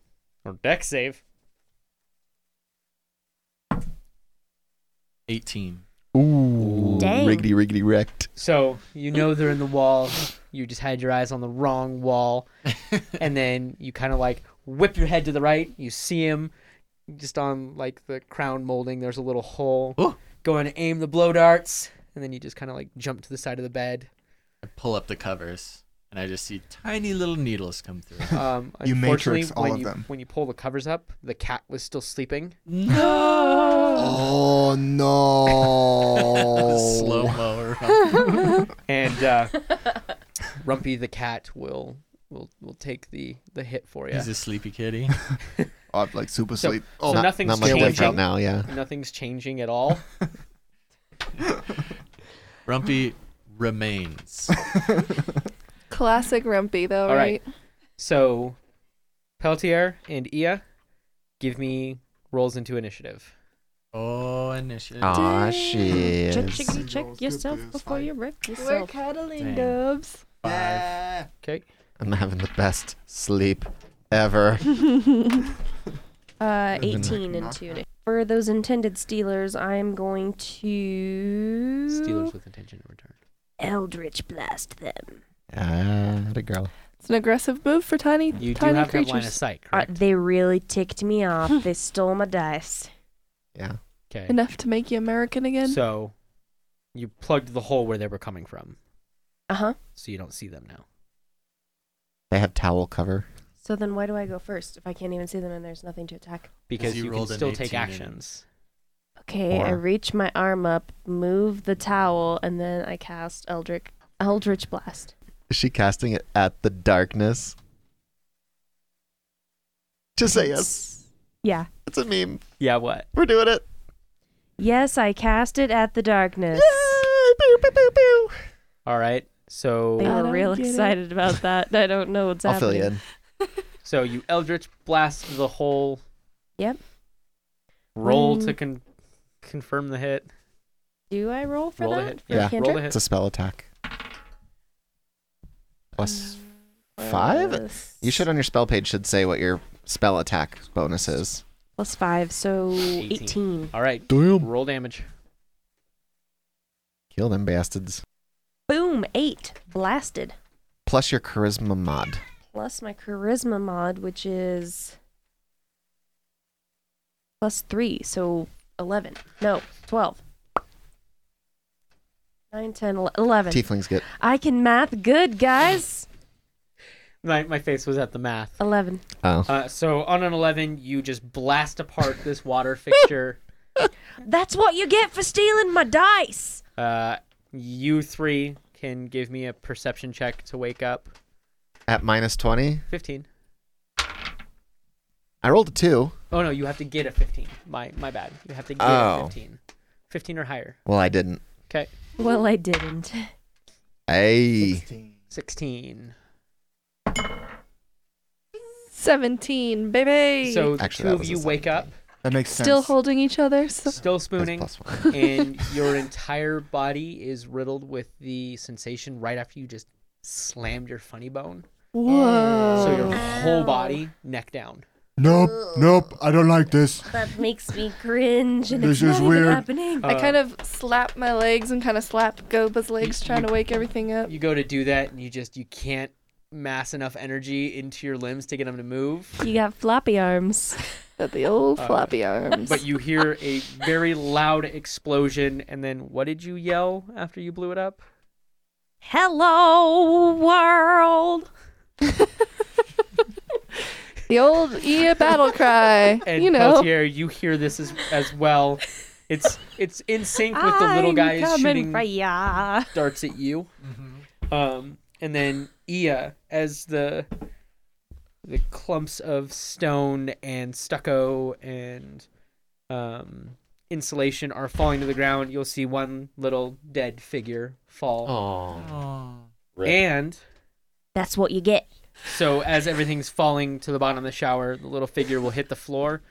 [SPEAKER 4] or deck save.
[SPEAKER 1] (laughs) 18.
[SPEAKER 5] Ooh,
[SPEAKER 2] Dang.
[SPEAKER 5] riggedy riggedy
[SPEAKER 4] (laughs)
[SPEAKER 5] wrecked.
[SPEAKER 4] So you know they're in the wall. You just had your eyes on the wrong wall, and then you kind of like whip your head to the right. You see him just on like the crown molding. There's a little hole.
[SPEAKER 1] Ooh.
[SPEAKER 4] Go and aim the blow darts, and then you just kind of like jump to the side of the bed.
[SPEAKER 1] I pull up the covers and I just see tiny little needles come through.
[SPEAKER 4] Um,
[SPEAKER 6] You
[SPEAKER 4] unfortunately,
[SPEAKER 6] matrix all
[SPEAKER 4] when
[SPEAKER 6] of
[SPEAKER 4] you,
[SPEAKER 6] them.
[SPEAKER 4] When you pull the covers up, the cat was still sleeping.
[SPEAKER 1] (laughs) No!
[SPEAKER 5] Oh no!
[SPEAKER 1] Slow
[SPEAKER 5] (laughs)
[SPEAKER 1] mo.
[SPEAKER 4] and
[SPEAKER 3] (laughs)
[SPEAKER 4] uh, Rumpy the cat will will will take the the hit for you.
[SPEAKER 1] He's a sleepy kitty.
[SPEAKER 6] Oh, like super
[SPEAKER 4] So-
[SPEAKER 6] sleep.
[SPEAKER 4] so
[SPEAKER 6] Oh,
[SPEAKER 5] not,
[SPEAKER 4] nothing's
[SPEAKER 5] not much different
[SPEAKER 4] changing.
[SPEAKER 5] now. Yeah.
[SPEAKER 4] Nothing's changing at all.
[SPEAKER 1] Rumpy
[SPEAKER 5] (laughs)
[SPEAKER 1] remains.
[SPEAKER 3] Classic Rumpy though,
[SPEAKER 4] All
[SPEAKER 3] right?
[SPEAKER 4] right. So Peltier and Ia, give me rolls into initiative.
[SPEAKER 1] Oh, initiative.
[SPEAKER 5] Aw,
[SPEAKER 3] Dang.
[SPEAKER 2] (laughs)
[SPEAKER 5] shit.
[SPEAKER 2] check, check,
[SPEAKER 6] Yes.
[SPEAKER 2] check yourself before you rip
[SPEAKER 3] We're
[SPEAKER 2] yourself.
[SPEAKER 3] cuddling
[SPEAKER 1] Dang.
[SPEAKER 3] (laughs) dubs.
[SPEAKER 1] Five.
[SPEAKER 4] Okay.
[SPEAKER 5] I'm having the best sleep ever.
[SPEAKER 2] Uh,
[SPEAKER 6] Would've
[SPEAKER 2] 18
[SPEAKER 6] been like
[SPEAKER 2] and
[SPEAKER 6] knock
[SPEAKER 2] 2.
[SPEAKER 6] knock.
[SPEAKER 2] init- For those intended Steelers, I'm going to
[SPEAKER 4] Steelers with intention to return.
[SPEAKER 2] Eldritch Blast them.
[SPEAKER 5] Ah, what a girl.
[SPEAKER 3] It's an aggressive move for tiny
[SPEAKER 4] You do
[SPEAKER 3] tiny
[SPEAKER 4] have that line of
[SPEAKER 3] creatures.
[SPEAKER 4] sight,
[SPEAKER 2] Uh,
[SPEAKER 4] correct?
[SPEAKER 2] they really ticked me off. they stole my dice.
[SPEAKER 5] Yeah.
[SPEAKER 4] Okay.
[SPEAKER 3] Enough to make you American again.
[SPEAKER 4] So you plugged the hole where they were coming from,
[SPEAKER 2] Uh huh.
[SPEAKER 4] so you don't see them now.
[SPEAKER 5] They have towel cover.
[SPEAKER 2] So then why do I go first if I can't even see them and there's nothing to attack?
[SPEAKER 4] Because
[SPEAKER 1] you
[SPEAKER 4] you, can
[SPEAKER 1] rolled an
[SPEAKER 4] still take
[SPEAKER 1] 18 and-
[SPEAKER 4] actions.
[SPEAKER 2] Okay, I
[SPEAKER 5] Or-
[SPEAKER 2] reach my arm up, move the towel, and then I cast Eldritch Eldritch Blast.
[SPEAKER 5] Is she casting it at the darkness? Just say yes.
[SPEAKER 2] Yeah.
[SPEAKER 5] It's a meme.
[SPEAKER 4] Yeah, what?
[SPEAKER 5] We're doing it.
[SPEAKER 2] Yes, I cast it at the darkness.
[SPEAKER 5] Yay! Pew, pew, pew, pew.
[SPEAKER 4] All right.
[SPEAKER 2] They
[SPEAKER 4] So
[SPEAKER 3] I
[SPEAKER 2] were
[SPEAKER 3] don't
[SPEAKER 2] real
[SPEAKER 3] get it.
[SPEAKER 2] excited about that. I don't know what's
[SPEAKER 5] (laughs) I'll fill
[SPEAKER 2] happening.
[SPEAKER 5] you in.
[SPEAKER 4] so you Eldritch blast the whole.
[SPEAKER 2] Yep.
[SPEAKER 4] Roll to
[SPEAKER 2] Mm.
[SPEAKER 4] con- confirm the hit.
[SPEAKER 2] Do I roll for
[SPEAKER 4] roll
[SPEAKER 2] that?
[SPEAKER 4] the hit.
[SPEAKER 2] For
[SPEAKER 5] Yeah.
[SPEAKER 4] Roll
[SPEAKER 2] cantrip?
[SPEAKER 4] the
[SPEAKER 5] It's
[SPEAKER 4] hit.
[SPEAKER 5] a spell attack. Plus
[SPEAKER 2] Plus
[SPEAKER 5] five? You should on your spell page should say what your spell attack bonus is.
[SPEAKER 2] Plus five, so 18.
[SPEAKER 4] Eighteen. All right.
[SPEAKER 6] Damn.
[SPEAKER 4] Roll damage.
[SPEAKER 5] Kill them bastards.
[SPEAKER 2] Boom, eight. Blasted.
[SPEAKER 5] Plus your charisma mod.
[SPEAKER 2] Plus my charisma mod, which is plus three, so 11. No, 12. 9, 10, ele- 11.
[SPEAKER 5] Tieflings get
[SPEAKER 2] I can math good, guys.
[SPEAKER 4] My my face was at the math.
[SPEAKER 2] 11.
[SPEAKER 5] oh.
[SPEAKER 4] Uh, so on an eleven, you just blast apart
[SPEAKER 2] (laughs)
[SPEAKER 4] this water fixture.
[SPEAKER 2] That's what you get for stealing my dice.
[SPEAKER 4] Uh, you three can give me a perception check to wake up.
[SPEAKER 5] At minus twenty.
[SPEAKER 4] Fifteen.
[SPEAKER 5] I rolled a two.
[SPEAKER 4] Oh no, you have to get a fifteen. My my bad. You have to get a
[SPEAKER 5] Oh.
[SPEAKER 4] fifteen. Fifteen or higher.
[SPEAKER 5] Well I didn't.
[SPEAKER 2] Well, I didn't.
[SPEAKER 5] Hey.
[SPEAKER 4] Sixteen.
[SPEAKER 3] Seventeen, baby.
[SPEAKER 4] So the
[SPEAKER 5] Actually,
[SPEAKER 4] two
[SPEAKER 5] that
[SPEAKER 4] of
[SPEAKER 5] was a
[SPEAKER 4] you wake up,
[SPEAKER 6] That makes sense.
[SPEAKER 3] still holding each other. So
[SPEAKER 4] still
[SPEAKER 5] That's
[SPEAKER 4] spooning,
[SPEAKER 2] (laughs)
[SPEAKER 5] plus one.
[SPEAKER 4] and your entire body is riddled with the sensation right after you just slammed your funny bone.
[SPEAKER 3] whoa.
[SPEAKER 4] So your whole
[SPEAKER 2] Ow.
[SPEAKER 4] body neck down.
[SPEAKER 6] Nope, nope. I don't like this.
[SPEAKER 2] That makes (laughs) me cringe, and it's
[SPEAKER 6] This
[SPEAKER 2] not
[SPEAKER 6] is
[SPEAKER 2] even
[SPEAKER 6] weird.
[SPEAKER 2] happening.
[SPEAKER 3] I
[SPEAKER 4] Uh,
[SPEAKER 3] kind of slap my legs and kind of slap Goba's legs, trying to wake everything up.
[SPEAKER 4] you go to do that and you just you can't mass enough energy into your limbs to get them to move
[SPEAKER 2] You got floppy arms.
[SPEAKER 3] Got the old
[SPEAKER 4] Uh,
[SPEAKER 3] floppy arms.
[SPEAKER 4] but you hear a very loud explosion and then what did you yell after you blew it up
[SPEAKER 2] Hello, world.
[SPEAKER 3] the old EA battle (laughs) cry.
[SPEAKER 4] and
[SPEAKER 3] you know.
[SPEAKER 4] Peltier, you hear this as, as well it's it's in sync with the little guys shooting
[SPEAKER 2] ya.
[SPEAKER 4] darts at you
[SPEAKER 1] Mm-hmm.
[SPEAKER 4] um and then Ia as the the clumps of stone and stucco and um, insulation are falling to the ground. You'll see one little dead figure fall.
[SPEAKER 5] Oh.
[SPEAKER 4] And
[SPEAKER 2] That's what you get.
[SPEAKER 4] so as everything's falling to the bottom of the shower, the little figure will hit the floor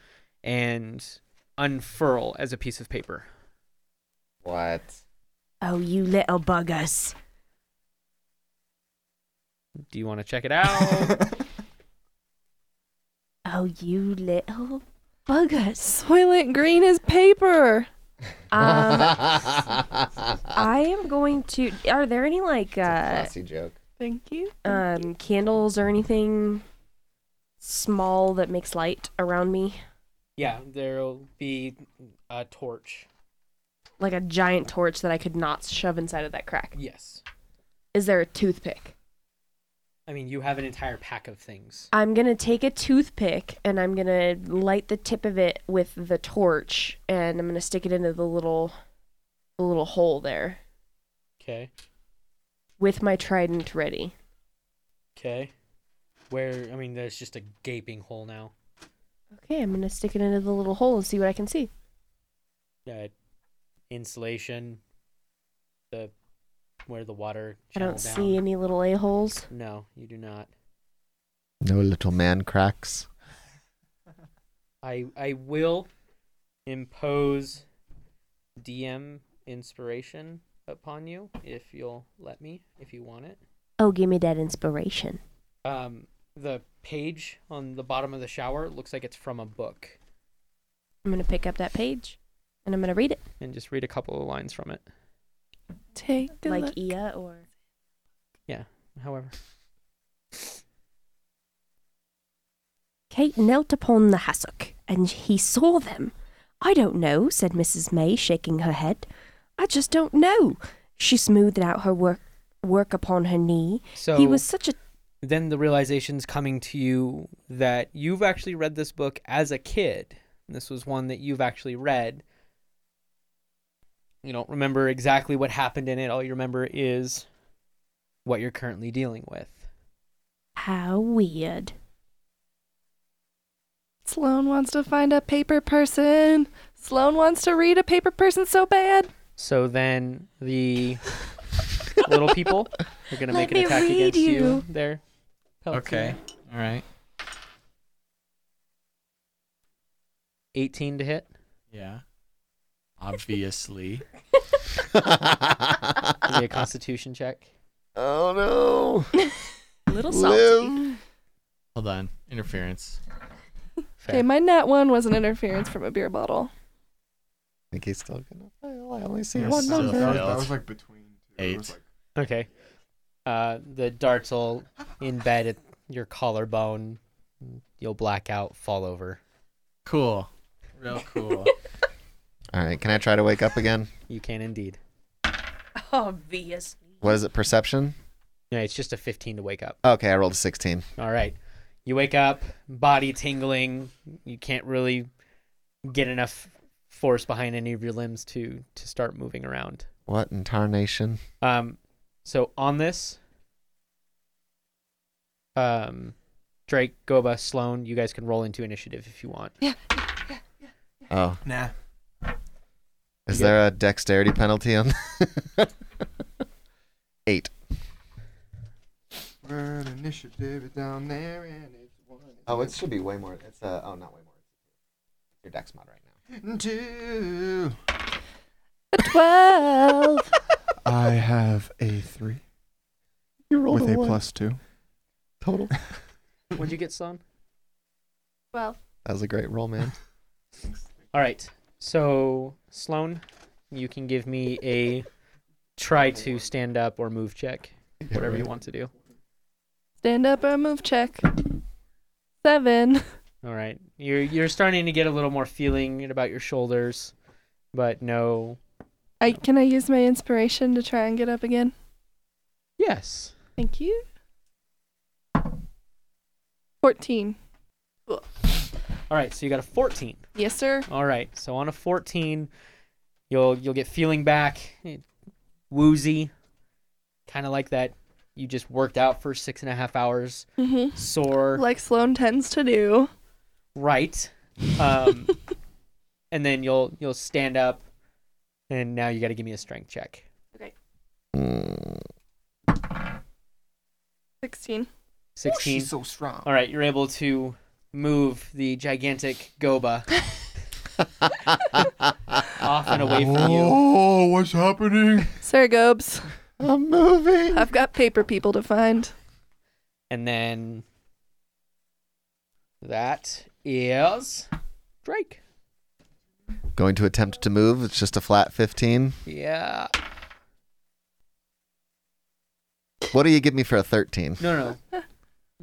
[SPEAKER 4] and unfurl as a piece of paper.
[SPEAKER 5] What?
[SPEAKER 2] Oh, you little buggers.
[SPEAKER 4] Do you want to check it
[SPEAKER 5] (laughs)
[SPEAKER 4] out?
[SPEAKER 2] Um, Oh, you little buggers.
[SPEAKER 3] Soylent Green is paper.
[SPEAKER 2] Um, I am going to. Are there any like uh,
[SPEAKER 5] Classy joke.
[SPEAKER 3] Thank you.
[SPEAKER 2] um candles or anything small that makes light around me?
[SPEAKER 4] yeah, there'll be a torch.
[SPEAKER 2] Like a giant torch that I could not shove inside of that crack.
[SPEAKER 4] Yes.
[SPEAKER 2] Is there a toothpick?
[SPEAKER 4] I mean, you have an entire pack of things.
[SPEAKER 2] I'm gonna take a toothpick and I'm gonna light the tip of it with the torch and I'm gonna stick it into the little the little hole there
[SPEAKER 4] Okay.
[SPEAKER 2] with my trident ready.
[SPEAKER 4] Okay. Where I mean, there's just a gaping hole now.
[SPEAKER 2] Okay, I'm gonna stick it into the little hole and see what I can see.
[SPEAKER 4] Uh, insulation. The where the water.
[SPEAKER 2] I don't
[SPEAKER 4] channeled
[SPEAKER 2] see
[SPEAKER 4] down.
[SPEAKER 2] any little a holes.
[SPEAKER 4] No, you do not.
[SPEAKER 5] No little man cracks.
[SPEAKER 4] I I will impose DM inspiration upon you if you'll let me if you want it.
[SPEAKER 2] Oh, give me that inspiration.
[SPEAKER 4] Um, the page on the bottom of the shower looks like it's from a book,
[SPEAKER 2] I'm gonna pick up that page and I'm gonna read it.
[SPEAKER 4] and just read a couple of lines from it.
[SPEAKER 3] Take a
[SPEAKER 2] like E Ia
[SPEAKER 3] look.
[SPEAKER 2] or
[SPEAKER 4] However,
[SPEAKER 2] Kate knelt upon the hassock, and he saw them. I don't know, said Mrs. May, shaking her head. I just don't know. She smoothed out her work work upon her knee.
[SPEAKER 4] so
[SPEAKER 2] he was such a
[SPEAKER 4] then the realization's coming to you that you've actually read this book as a kid. This was one that you've actually read. You don't remember exactly what happened in it. All you remember is what you're currently dealing with.
[SPEAKER 2] how weird.
[SPEAKER 3] Sloan wants to find a paper person. Sloan wants to read a paper person so bad.
[SPEAKER 4] So then the (laughs) little people You're gonna
[SPEAKER 2] Let
[SPEAKER 4] make an
[SPEAKER 2] me
[SPEAKER 4] attack
[SPEAKER 2] read
[SPEAKER 4] against you,
[SPEAKER 2] you.
[SPEAKER 4] there. Palpatine.
[SPEAKER 8] Okay. All right.
[SPEAKER 4] 18 to hit.
[SPEAKER 1] Yeah. Obviously.
[SPEAKER 4] Is it a
[SPEAKER 2] (laughs)
[SPEAKER 4] Constitution check?
[SPEAKER 5] oh
[SPEAKER 2] (laughs) Little
[SPEAKER 5] no.
[SPEAKER 2] salty.
[SPEAKER 5] Live.
[SPEAKER 1] Hold on. Interference.
[SPEAKER 4] Fair.
[SPEAKER 3] Okay, my nat one was an interference from a beer bottle.
[SPEAKER 5] I think he's still gonna fail. I only see
[SPEAKER 1] Yes,
[SPEAKER 3] Oh,
[SPEAKER 5] one
[SPEAKER 1] so-
[SPEAKER 6] that, was,
[SPEAKER 5] number.
[SPEAKER 6] that was- that
[SPEAKER 1] failed.
[SPEAKER 6] was like between two. It
[SPEAKER 1] Eight.
[SPEAKER 6] was like-
[SPEAKER 4] Okay. Uh, the darts will embed at your collarbone. You'll black out, fall over.
[SPEAKER 1] Cool. Real (laughs) cool.
[SPEAKER 5] All right, can I try to wake up again?
[SPEAKER 4] You can indeed.
[SPEAKER 2] Obviously.
[SPEAKER 5] What is it? Perception?
[SPEAKER 4] No, it's just a 15 to wake up.
[SPEAKER 5] Okay, I rolled a sixteen.
[SPEAKER 4] All right. You wake up, body tingling. You can't really get enough force behind any of your limbs to to start moving around.
[SPEAKER 5] What in tarnation?
[SPEAKER 4] Um, so on this, um, Drake, Goba, Sloan, you guys can roll into initiative if you want.
[SPEAKER 5] Oh,
[SPEAKER 8] Nah.
[SPEAKER 5] is
[SPEAKER 4] Yeah.
[SPEAKER 5] there a dexterity penalty on? (laughs) Eight.
[SPEAKER 6] We're an initiative is down there and it's one.
[SPEAKER 5] Oh, it should be way more. It's uh oh, not way more. Your dex mod right now.
[SPEAKER 6] and
[SPEAKER 5] (laughs)
[SPEAKER 6] two.
[SPEAKER 3] A twelve.
[SPEAKER 6] I have a three
[SPEAKER 5] You rolled
[SPEAKER 6] with a plus two.
[SPEAKER 5] total.
[SPEAKER 4] What'd you get, Sloan?
[SPEAKER 3] twelve.
[SPEAKER 5] (laughs) That was a great roll, (laughs) man.
[SPEAKER 4] All right. So Sloan, you can give me a try to stand up or move check, whatever you want to do.
[SPEAKER 3] Stand up and move check. Seven.
[SPEAKER 4] All right. You're you're starting to get a little more feeling about your shoulders, but no.
[SPEAKER 3] I can I use my inspiration to try and get up again?
[SPEAKER 4] Yes.
[SPEAKER 3] Thank you. Fourteen.
[SPEAKER 4] All right. So you got a 14.
[SPEAKER 3] Yes, sir.
[SPEAKER 4] All right. So on a 14, you'll you'll get feeling back, eh, woozy, kind of like that. You just worked out for six and a half hours,
[SPEAKER 2] Mm-hmm.
[SPEAKER 3] hmm
[SPEAKER 4] sore.
[SPEAKER 3] Like Sloan tends to do.
[SPEAKER 4] right um and then you'll you'll stand up and now you got to give me a strength check
[SPEAKER 5] Mm.
[SPEAKER 3] Sixteen.
[SPEAKER 4] 16
[SPEAKER 6] so strong.
[SPEAKER 4] all right you're able to move the gigantic goba off and away from you
[SPEAKER 6] Oh, what's happening?
[SPEAKER 3] Sir Gobes,
[SPEAKER 5] I'm moving.
[SPEAKER 3] I've got paper people to find.
[SPEAKER 4] and then that is drake
[SPEAKER 5] Going to attempt to move. It's just a flat 15.
[SPEAKER 4] yeah
[SPEAKER 5] What do you give me for a 13?
[SPEAKER 4] no no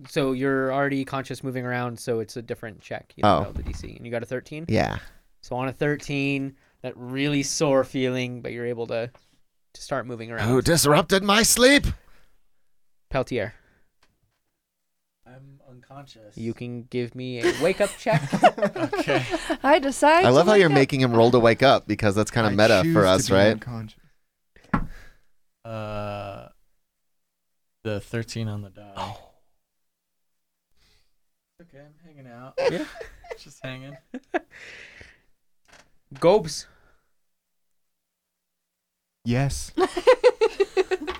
[SPEAKER 4] so you're already conscious moving around so it's a different check you don't
[SPEAKER 5] Oh.
[SPEAKER 4] know the dc and you got a 13
[SPEAKER 5] Yeah.
[SPEAKER 4] So on a 13, that really sore feeling, but you're able to to start moving around.
[SPEAKER 6] Oh,
[SPEAKER 5] Who disrupted my sleep?
[SPEAKER 4] Peltier,
[SPEAKER 8] I'm unconscious.
[SPEAKER 4] you can give me a wake
[SPEAKER 6] (laughs)
[SPEAKER 4] up
[SPEAKER 5] (laughs)
[SPEAKER 4] check.
[SPEAKER 1] Okay.
[SPEAKER 3] I decide.
[SPEAKER 5] I
[SPEAKER 3] to
[SPEAKER 5] love how
[SPEAKER 3] wake
[SPEAKER 5] you're
[SPEAKER 3] up.
[SPEAKER 5] making him roll to wake up because that's kind of
[SPEAKER 6] I
[SPEAKER 5] meta
[SPEAKER 6] choose
[SPEAKER 5] for
[SPEAKER 6] to
[SPEAKER 5] us,
[SPEAKER 6] be
[SPEAKER 5] right?
[SPEAKER 6] unconscious.
[SPEAKER 1] Uh, the 13 on the die.
[SPEAKER 4] Oh.
[SPEAKER 6] Oh.
[SPEAKER 8] Okay, I'm hanging out.
[SPEAKER 4] Yeah.
[SPEAKER 1] (laughs)
[SPEAKER 8] Just hanging.
[SPEAKER 4] Gobes, (laughs)
[SPEAKER 6] Yes,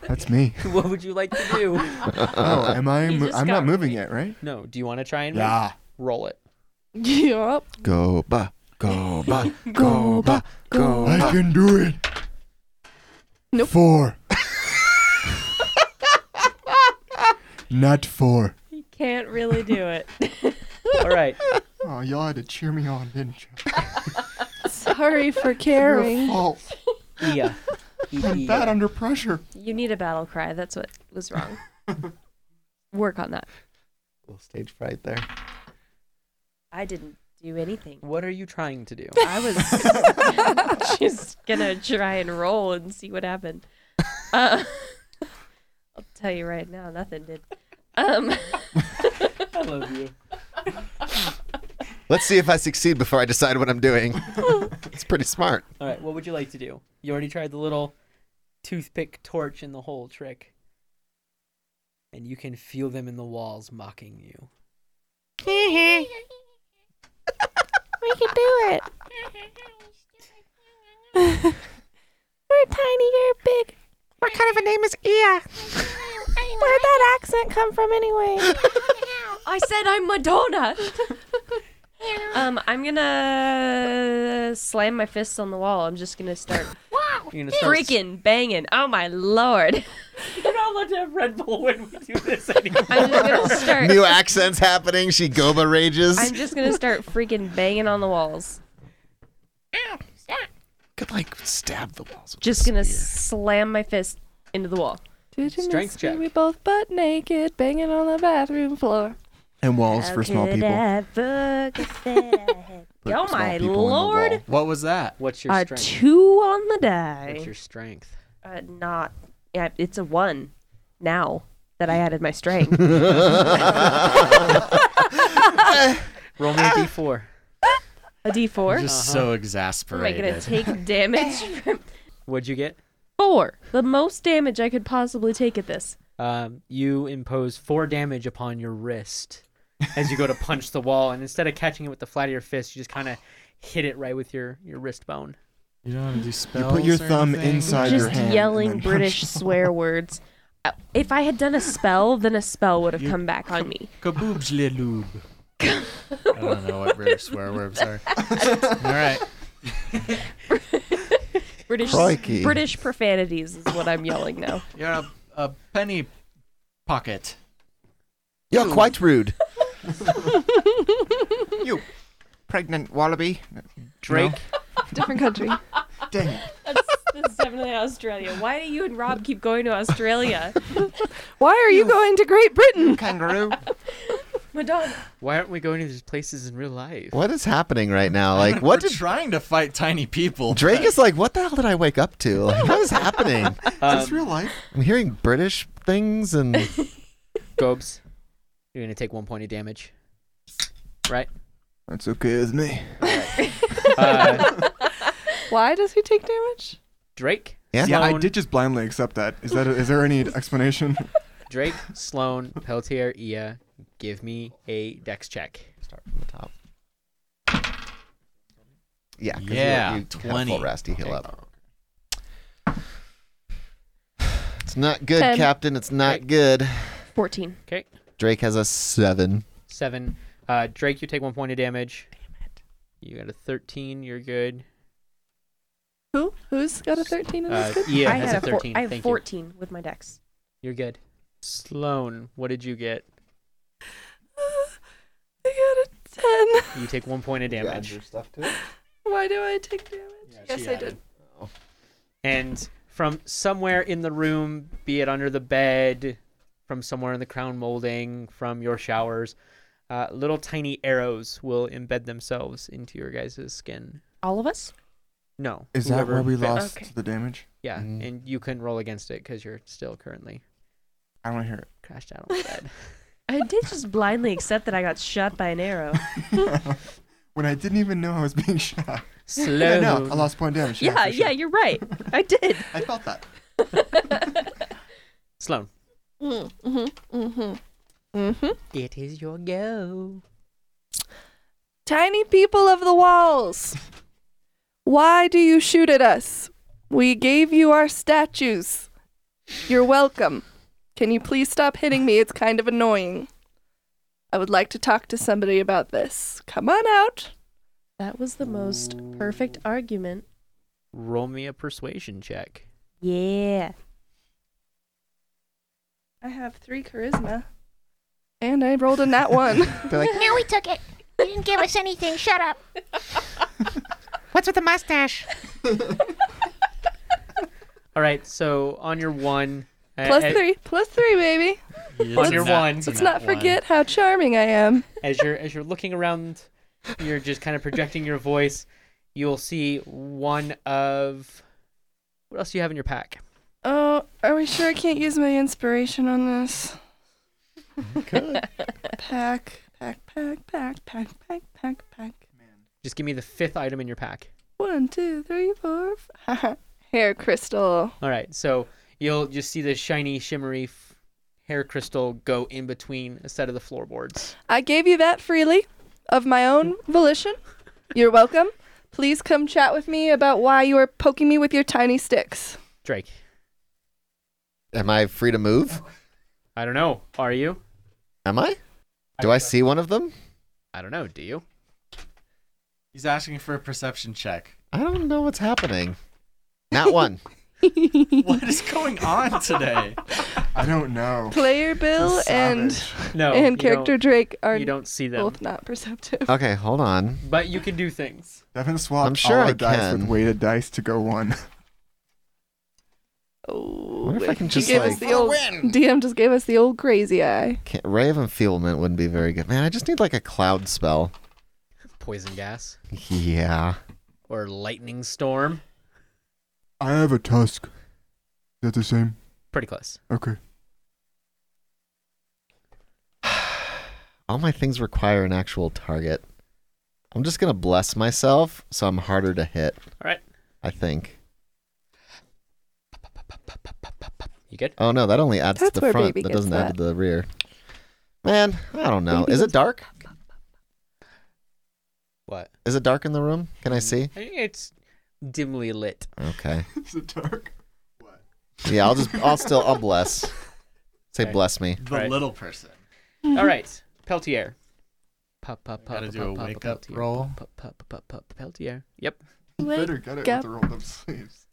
[SPEAKER 6] that's me.
[SPEAKER 4] what would you like to do?
[SPEAKER 6] Oh, am I?
[SPEAKER 2] You
[SPEAKER 6] Mo-
[SPEAKER 2] just
[SPEAKER 6] I'm
[SPEAKER 2] got
[SPEAKER 6] not moving
[SPEAKER 2] raped.
[SPEAKER 6] yet, right?
[SPEAKER 4] No, do you want to try and
[SPEAKER 6] Yeah.
[SPEAKER 4] roll it?
[SPEAKER 3] (laughs) Yup.
[SPEAKER 5] (laughs) Go ba,
[SPEAKER 3] (laughs)
[SPEAKER 5] go ba, go ba, go
[SPEAKER 6] I can do it.
[SPEAKER 3] Nope.
[SPEAKER 6] Four. Not four.
[SPEAKER 2] You can't really do it. (laughs)
[SPEAKER 4] All right.
[SPEAKER 6] Oh, y'all had to cheer me on, didn't you?
[SPEAKER 3] Sorry for
[SPEAKER 6] Your
[SPEAKER 3] caring.
[SPEAKER 6] fault.
[SPEAKER 4] Yeah.
[SPEAKER 6] (laughs) I'm bad under pressure.
[SPEAKER 2] You need a battle cry. That's what was wrong. Work on that.
[SPEAKER 5] Little stage fright there.
[SPEAKER 2] I didn't do anything.
[SPEAKER 4] What are you trying to do?
[SPEAKER 2] I
[SPEAKER 6] (laughs)
[SPEAKER 2] was (laughs) just gonna try and roll and see what happened. Uh, I'll tell you right now, nothing did. Um, (laughs)
[SPEAKER 4] I love you.
[SPEAKER 5] Let's see if I succeed before I decide what
[SPEAKER 2] (laughs)
[SPEAKER 5] I'm doing. It's pretty smart.
[SPEAKER 4] All right, what would you like to do? You already tried the little toothpick torch in the hole trick. And you can feel them in the walls mocking you.
[SPEAKER 7] We can do it.
[SPEAKER 3] (laughs) We're tiny or big.
[SPEAKER 7] What kind of a name is Ia? Where'd that accent come from anyway?
[SPEAKER 2] I said I'm Madonna. um, I'm gonna slam my fists on the wall. I'm just gonna start
[SPEAKER 4] You're gonna start
[SPEAKER 2] freaking banging. Oh my lord!
[SPEAKER 4] You're not allowed to have Red Bull when we do this anymore.
[SPEAKER 2] (laughs) I'm just gonna start.
[SPEAKER 5] New accents happening. She goba rages.
[SPEAKER 2] I'm just gonna start freaking banging on the walls.
[SPEAKER 5] could like stab the walls. With
[SPEAKER 2] Just gonna slam my fist into the wall.
[SPEAKER 3] Did you
[SPEAKER 4] Strength
[SPEAKER 3] miss me?
[SPEAKER 4] check.
[SPEAKER 3] We both butt naked, banging on the bathroom floor.
[SPEAKER 6] And walls for small people.
[SPEAKER 5] Put
[SPEAKER 2] Oh
[SPEAKER 5] small
[SPEAKER 2] my
[SPEAKER 5] people on the wall.
[SPEAKER 2] lord.
[SPEAKER 1] What was
[SPEAKER 5] (laughs)
[SPEAKER 1] that?
[SPEAKER 4] What's your
[SPEAKER 2] A
[SPEAKER 4] strength?
[SPEAKER 2] two on the die.
[SPEAKER 4] What's your strength?
[SPEAKER 2] Uh, not. Yeah, it's a one. Now that I added my strength.
[SPEAKER 4] Roll
[SPEAKER 2] Ah!
[SPEAKER 4] me a d4.
[SPEAKER 2] a D four.
[SPEAKER 1] I'm just so
[SPEAKER 2] Am I
[SPEAKER 1] exasperated.
[SPEAKER 2] gonna take damage (laughs) from
[SPEAKER 4] What'd you get?
[SPEAKER 2] four? The most damage I could possibly take at this.
[SPEAKER 4] Um, you impose four damage upon your wrist as you go to punch the wall, and instead of catching it with the flat of your fist, you just kind of hit it right with your, your wrist bone.
[SPEAKER 1] you don't want to do spells.
[SPEAKER 6] You put your
[SPEAKER 1] or
[SPEAKER 6] thumb
[SPEAKER 1] anything?
[SPEAKER 6] inside your
[SPEAKER 2] Just
[SPEAKER 6] hand. and
[SPEAKER 2] yelling
[SPEAKER 6] then-
[SPEAKER 2] British swear words. Uh, If I had done a spell, then a spell would have come back on me.
[SPEAKER 1] Kaboobs le loob. I don't know what British swear words are. All right.
[SPEAKER 2] British
[SPEAKER 5] Crikey.
[SPEAKER 2] British profanities is what I'm yelling now.
[SPEAKER 1] You're a, a penny pocket.
[SPEAKER 5] You're quite rude.
[SPEAKER 6] Pregnant wallaby.
[SPEAKER 4] Drake,
[SPEAKER 3] Different country.
[SPEAKER 6] Dang it.
[SPEAKER 2] (laughs) That's, that's definitely Australia. Why do you and Rob keep going to Australia?
[SPEAKER 3] (laughs) Why are you going to Great Britain?
[SPEAKER 6] Kangaroo.
[SPEAKER 2] Madonna.
[SPEAKER 4] why aren't we going to these places in real life?
[SPEAKER 5] What is happening right now? Like, what
[SPEAKER 1] We're
[SPEAKER 5] did
[SPEAKER 1] trying to fight tiny people?
[SPEAKER 5] Drake is like? What the hell did I wake up to? Like, what
[SPEAKER 1] (laughs)
[SPEAKER 5] is happening?
[SPEAKER 6] Is
[SPEAKER 4] Um,
[SPEAKER 6] this real life?
[SPEAKER 5] I'm hearing British things and
[SPEAKER 1] (laughs)
[SPEAKER 4] Gobes, you're going to take one point of damage. Right?
[SPEAKER 6] That's okay with me.
[SPEAKER 4] Uh,
[SPEAKER 3] Why does he take damage?
[SPEAKER 4] Drake,
[SPEAKER 5] yeah.
[SPEAKER 6] Yeah, I
[SPEAKER 4] Sloan.
[SPEAKER 6] did just blindly accept that. Is that is
[SPEAKER 2] (laughs)
[SPEAKER 6] there any explanation?
[SPEAKER 4] Drake, Sloan, Peltier, Ia, give me a dex check.
[SPEAKER 5] Start from the top. Yeah. 'cause you-
[SPEAKER 1] Yeah,
[SPEAKER 5] You, have
[SPEAKER 1] 20.
[SPEAKER 5] Full rasty heal up. It's not good,
[SPEAKER 2] Ten.
[SPEAKER 5] Captain. It's not
[SPEAKER 4] Drake.
[SPEAKER 5] good.
[SPEAKER 2] Fourteen.
[SPEAKER 5] Drake has a seven.
[SPEAKER 4] Seven. Uh, Drake, you take one point of damage. You got a 13. You're good.
[SPEAKER 3] Who? Who's got a 13 in
[SPEAKER 4] Uh,
[SPEAKER 3] (laughs) this group?
[SPEAKER 4] Ia
[SPEAKER 2] I
[SPEAKER 4] has
[SPEAKER 2] had
[SPEAKER 4] a 13.
[SPEAKER 2] Four, I have
[SPEAKER 4] Thank
[SPEAKER 2] fourteen with my dex.
[SPEAKER 4] you. You're good. Sloan, what did you get?
[SPEAKER 3] I got a 10.
[SPEAKER 4] You take one point of damage.
[SPEAKER 3] (laughs) Why do I take damage? yes, I did.
[SPEAKER 4] And from somewhere in the room, be it under the bed, from somewhere in the crown molding, from your showers, uh, little tiny arrows will embed themselves into your guys' skin.
[SPEAKER 2] All of us.
[SPEAKER 4] No.
[SPEAKER 6] Is that
[SPEAKER 4] whoever
[SPEAKER 6] where we
[SPEAKER 4] fa-
[SPEAKER 6] lost
[SPEAKER 2] Okay.
[SPEAKER 6] the damage?
[SPEAKER 4] Yeah,
[SPEAKER 5] Mm.
[SPEAKER 4] and you can roll against it because you're still currently
[SPEAKER 6] I don't hear
[SPEAKER 4] crashed out on the bed.
[SPEAKER 2] I did just blindly accept that I got shot by an arrow.
[SPEAKER 6] it. when I didn't even know I was being (laughs) shot.
[SPEAKER 4] Slow.
[SPEAKER 6] (laughs) Yeah, no, I lost point damage.
[SPEAKER 2] yeah,
[SPEAKER 6] for
[SPEAKER 2] yeah,
[SPEAKER 6] (laughs) sure.
[SPEAKER 2] you're right. I did.
[SPEAKER 6] (laughs) I felt that.
[SPEAKER 4] Sloan.
[SPEAKER 3] Mm, mm-hmm, mm-hmm, mm-hmm.
[SPEAKER 4] It is your go.
[SPEAKER 3] Tiny people of the walls, why do you shoot at us? We gave you our statues. You're welcome. Can you please stop hitting me? It's kind of annoying. I would like to talk to somebody about this. Come on out.
[SPEAKER 2] That was the most perfect argument.
[SPEAKER 4] Roll me a persuasion check.
[SPEAKER 2] (laughs) Yeah.
[SPEAKER 3] I have three charisma. And I rolled a
[SPEAKER 7] (laughs)
[SPEAKER 3] nat one.
[SPEAKER 5] They're like,
[SPEAKER 7] no, we took it. You didn't give us anything. Shut up.
[SPEAKER 9] What's with the mustache?
[SPEAKER 4] All right, so on your one. uh,
[SPEAKER 3] plus
[SPEAKER 4] uh,
[SPEAKER 3] three. Plus three, baby.
[SPEAKER 4] On your one.
[SPEAKER 3] Let's not forget how charming I am.
[SPEAKER 4] as you're as you're looking around, you're just kind of projecting your voice. You'll see one of what else do you have in your pack?
[SPEAKER 3] Oh, are we sure I can't use my inspiration on this? (laughs) Pack, pack, pack, pack, pack, pack, pack, pack.
[SPEAKER 4] Just give me the fifth item in your pack.
[SPEAKER 3] One, two, three, four. f- (laughs) Hair crystal.
[SPEAKER 4] All right, so you'll just see this shiny, shimmery f- hair crystal go in between a set of the floorboards.
[SPEAKER 3] I gave you that freely, of my own volition. You're welcome. Please come chat with me about why you are poking me with your tiny sticks.
[SPEAKER 4] Drake,
[SPEAKER 5] Am I free to move?
[SPEAKER 4] I don't know. Are you?
[SPEAKER 5] Am I? Do I see one of them?
[SPEAKER 4] I don't know. Do you?
[SPEAKER 1] He's asking for a perception check.
[SPEAKER 3] (laughs)
[SPEAKER 5] I don't know what's happening. Not one.
[SPEAKER 1] What is going on today?
[SPEAKER 6] I don't know.
[SPEAKER 3] Player Bill and
[SPEAKER 4] (laughs) No. you
[SPEAKER 3] and character
[SPEAKER 4] don't-
[SPEAKER 3] Drake are
[SPEAKER 4] You don't see them,
[SPEAKER 3] both not perceptive.
[SPEAKER 5] Okay, hold on.
[SPEAKER 4] but you can do things.
[SPEAKER 6] Devin swapped
[SPEAKER 5] I'm sure
[SPEAKER 6] all
[SPEAKER 5] I
[SPEAKER 6] the dice with
[SPEAKER 5] can.
[SPEAKER 6] weighted dice to go one.
[SPEAKER 3] Oh,
[SPEAKER 5] What if I can
[SPEAKER 3] he
[SPEAKER 5] just,
[SPEAKER 3] Oh, gave us
[SPEAKER 5] like-
[SPEAKER 3] the old, DM just gave us the old crazy eye.
[SPEAKER 5] Can't, Ray of Enfeeblement wouldn't be very good. Man, I just need like a cloud spell.
[SPEAKER 4] Poison gas
[SPEAKER 5] Yeah.
[SPEAKER 4] or lightning storm.
[SPEAKER 6] I have a tusk. Is that the same?
[SPEAKER 4] Pretty close.
[SPEAKER 6] (laughs) Okay.
[SPEAKER 5] All my things require an actual target. I'm just gonna bless myself, so I'm harder to hit.
[SPEAKER 4] All right.
[SPEAKER 5] I think.
[SPEAKER 4] You good?
[SPEAKER 5] Oh no, that only adds
[SPEAKER 3] That's
[SPEAKER 5] to the
[SPEAKER 3] where
[SPEAKER 5] front.
[SPEAKER 3] baby
[SPEAKER 5] That
[SPEAKER 3] gets
[SPEAKER 5] doesn't add to the rear. Man, I don't know.
[SPEAKER 3] Baby
[SPEAKER 5] Is it
[SPEAKER 3] gets-
[SPEAKER 5] dark?
[SPEAKER 4] What?
[SPEAKER 5] Is it dark in the room? Can I see?
[SPEAKER 4] I think it's dimly (laughs) lit.
[SPEAKER 5] Okay.
[SPEAKER 6] Is it dark?
[SPEAKER 5] Yeah, I'll just I'll still I'll bless. Say
[SPEAKER 4] Okay.
[SPEAKER 5] bless me.
[SPEAKER 1] The
[SPEAKER 4] Right.
[SPEAKER 1] little person.
[SPEAKER 3] Mm-hmm.
[SPEAKER 4] All right, Peltier. Pop, pop, pop,
[SPEAKER 1] Gotta
[SPEAKER 4] pop,
[SPEAKER 1] do a
[SPEAKER 4] pop,
[SPEAKER 1] wake
[SPEAKER 4] pop,
[SPEAKER 1] up
[SPEAKER 4] Peltier.
[SPEAKER 1] roll.
[SPEAKER 4] Pop, pop, pop, pop, Peltier. Yep.
[SPEAKER 6] Better get it
[SPEAKER 3] Gap.
[SPEAKER 6] with the rolled up sleeves.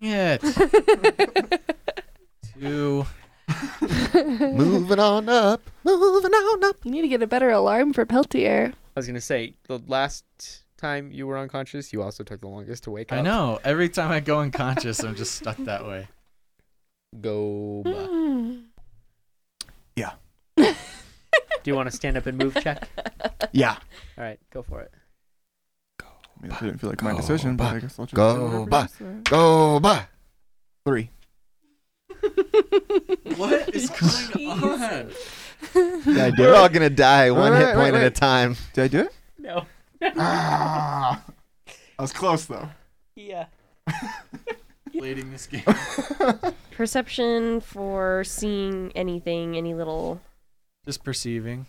[SPEAKER 1] Yeah. Two.
[SPEAKER 5] Moving on up. Moving on up.
[SPEAKER 3] (laughs) You need to get a better alarm for Peltier.
[SPEAKER 4] I was gonna say the last time you were unconscious, you also took the longest to wake up.
[SPEAKER 1] I know. Every time I go unconscious, I'm just stuck that way.
[SPEAKER 4] Go. ba.
[SPEAKER 6] Yeah.
[SPEAKER 3] Do
[SPEAKER 4] Do you want to stand up and move
[SPEAKER 1] (laughs)
[SPEAKER 4] check?
[SPEAKER 6] (laughs) Yeah.
[SPEAKER 4] All right, go for it.
[SPEAKER 6] I, mean, I didn't feel like my
[SPEAKER 5] Go
[SPEAKER 6] decision, but
[SPEAKER 5] back.
[SPEAKER 6] I guess I'll just
[SPEAKER 5] Go
[SPEAKER 6] do whatever it
[SPEAKER 5] back.
[SPEAKER 6] is.
[SPEAKER 5] Go by.
[SPEAKER 6] Three.
[SPEAKER 1] What
[SPEAKER 3] (laughs)
[SPEAKER 1] is going on?
[SPEAKER 6] Did I do
[SPEAKER 5] We're all
[SPEAKER 6] it?
[SPEAKER 5] gonna die one
[SPEAKER 6] Wait,
[SPEAKER 5] hit
[SPEAKER 6] wait,
[SPEAKER 5] point
[SPEAKER 6] wait.
[SPEAKER 5] at a time.
[SPEAKER 6] Did I
[SPEAKER 2] (laughs)
[SPEAKER 6] do it?
[SPEAKER 4] No.
[SPEAKER 6] Ah, I was close though.
[SPEAKER 4] Yeah.
[SPEAKER 1] Leading this game.
[SPEAKER 2] Perception for seeing anything, any little,
[SPEAKER 1] Just perceiving.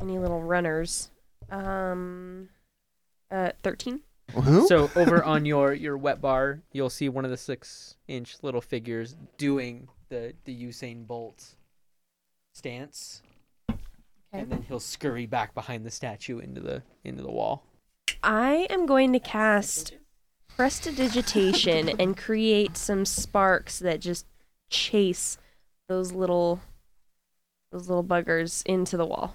[SPEAKER 2] any little runners. Um, uh, thirteen.
[SPEAKER 6] Oh, Who?
[SPEAKER 4] So over on your your wet bar, you'll see one of the six inch little figures doing the the Usain Bolt stance, and then he'll scurry back behind the statue into the into the wall.
[SPEAKER 2] I am going to cast prestidigitation and create some sparks that just chase those little those little buggers into the wall.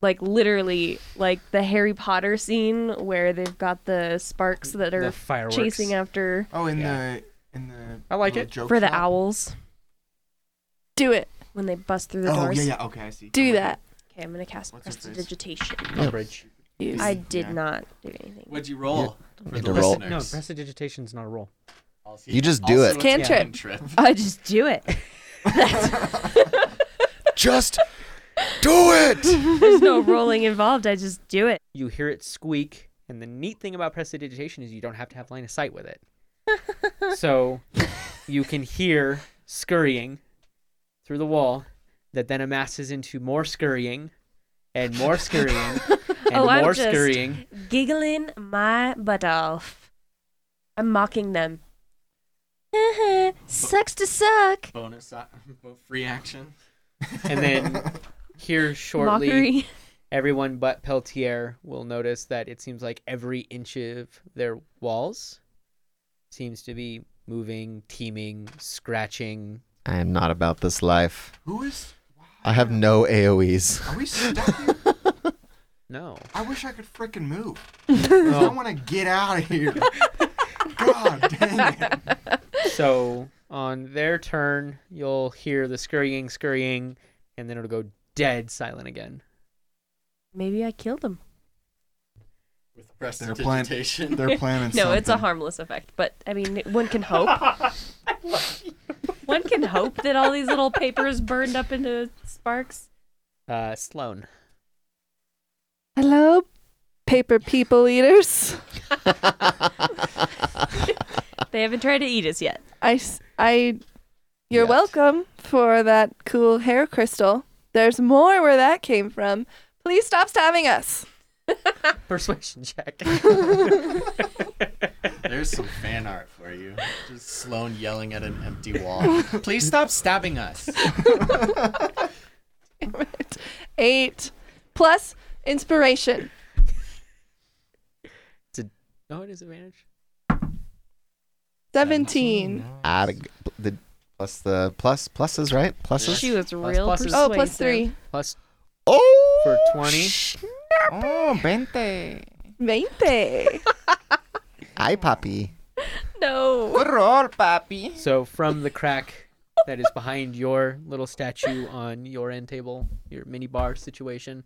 [SPEAKER 2] Like literally, like the Harry Potter scene where they've got the sparks that
[SPEAKER 4] The
[SPEAKER 2] are
[SPEAKER 4] fireworks.
[SPEAKER 2] chasing after
[SPEAKER 6] oh, in
[SPEAKER 4] Yeah.
[SPEAKER 6] the in the.
[SPEAKER 4] I like
[SPEAKER 6] little
[SPEAKER 4] it.
[SPEAKER 6] joke
[SPEAKER 2] for the
[SPEAKER 6] shop?
[SPEAKER 2] owls
[SPEAKER 3] it.
[SPEAKER 2] when they bust through the
[SPEAKER 6] Oh
[SPEAKER 2] doors.
[SPEAKER 6] yeah, yeah. Okay, I see.
[SPEAKER 3] Do that.
[SPEAKER 2] Okay, I'm gonna cast
[SPEAKER 6] What's her face?
[SPEAKER 2] prestidigitation.
[SPEAKER 4] Coverage.
[SPEAKER 3] You
[SPEAKER 2] I
[SPEAKER 6] Yeah.
[SPEAKER 2] did not do anything.
[SPEAKER 1] What'd you roll? For
[SPEAKER 5] Need
[SPEAKER 1] the
[SPEAKER 5] to roll.
[SPEAKER 4] No,
[SPEAKER 1] listeners.
[SPEAKER 4] prestidigitation's not a roll.
[SPEAKER 5] You just do it.
[SPEAKER 3] Cantrip.
[SPEAKER 2] I just do
[SPEAKER 6] (laughs)
[SPEAKER 2] it. (laughs)
[SPEAKER 5] Just do it.
[SPEAKER 2] There's no rolling involved. I just do it.
[SPEAKER 4] You hear it squeak, and the neat thing about prestidigitation is you don't have to have line of sight with it. so you can hear scurrying through the wall that then amasses into more scurrying and more
[SPEAKER 2] (laughs)
[SPEAKER 4] scurrying and
[SPEAKER 2] Oh, I'm
[SPEAKER 4] more
[SPEAKER 2] just-
[SPEAKER 4] scurrying.
[SPEAKER 2] (laughs) giggling my butt off. I'm mocking them. (laughs) Sucks to suck.
[SPEAKER 1] Bonus uh, free action.
[SPEAKER 4] And
[SPEAKER 2] (laughs)
[SPEAKER 6] oh.
[SPEAKER 4] then here shortly,
[SPEAKER 2] Mockery.
[SPEAKER 4] everyone but Peltier will notice that it seems like every inch of their walls seems to be moving, teeming, scratching.
[SPEAKER 5] I am not about this life.
[SPEAKER 6] (laughs) Who is?
[SPEAKER 5] I have
[SPEAKER 4] (laughs)
[SPEAKER 5] no AoEs.
[SPEAKER 6] Are we stuck (laughs) here?
[SPEAKER 4] No.
[SPEAKER 6] I wish I could
[SPEAKER 2] (laughs)
[SPEAKER 6] frickin' move. I want to get out of here. God dang it.
[SPEAKER 4] So on their turn, you'll hear the scurrying, scurrying, and then it'll go dead silent again.
[SPEAKER 2] Maybe I killed him.
[SPEAKER 1] With
[SPEAKER 6] They're playing-
[SPEAKER 1] prestidigitation.
[SPEAKER 3] (laughs)
[SPEAKER 6] They're planning
[SPEAKER 2] No, it's a
[SPEAKER 6] something.
[SPEAKER 2] harmless effect, but I mean, one can hope.
[SPEAKER 4] (laughs) Oh.
[SPEAKER 2] one can hope that all these little papers burned up into sparks.
[SPEAKER 4] Uh, Sloan.
[SPEAKER 3] Hello, paper people eaters.
[SPEAKER 2] They haven't tried to eat us yet.
[SPEAKER 3] I, s- I- you're
[SPEAKER 5] Yet.
[SPEAKER 3] welcome for that cool hair crystal. There's more where that came from. Please stop stabbing us.
[SPEAKER 4] (laughs) Oh, Persuasion check.
[SPEAKER 1] There's some fan art for you. Just Sloan yelling at an empty
[SPEAKER 3] (laughs)
[SPEAKER 1] wall. Please stop stabbing us.
[SPEAKER 3] (laughs) Eight plus inspiration.
[SPEAKER 4] No, it is advantage.
[SPEAKER 3] 17.
[SPEAKER 5] Add a g- pl- the plus the plus pluses right pluses.
[SPEAKER 2] She was
[SPEAKER 4] Plus-
[SPEAKER 2] real
[SPEAKER 4] pluses.
[SPEAKER 3] Oh, plus
[SPEAKER 2] persuasive.
[SPEAKER 3] three.
[SPEAKER 4] Plus
[SPEAKER 5] Oh,
[SPEAKER 4] for 20.
[SPEAKER 9] Oh, 20.
[SPEAKER 3] Veinte.
[SPEAKER 5] Hi, Poppy.
[SPEAKER 2] No.
[SPEAKER 9] Good roll, papi.
[SPEAKER 4] So from the crack that is behind your little statue on your end table, your mini bar situation,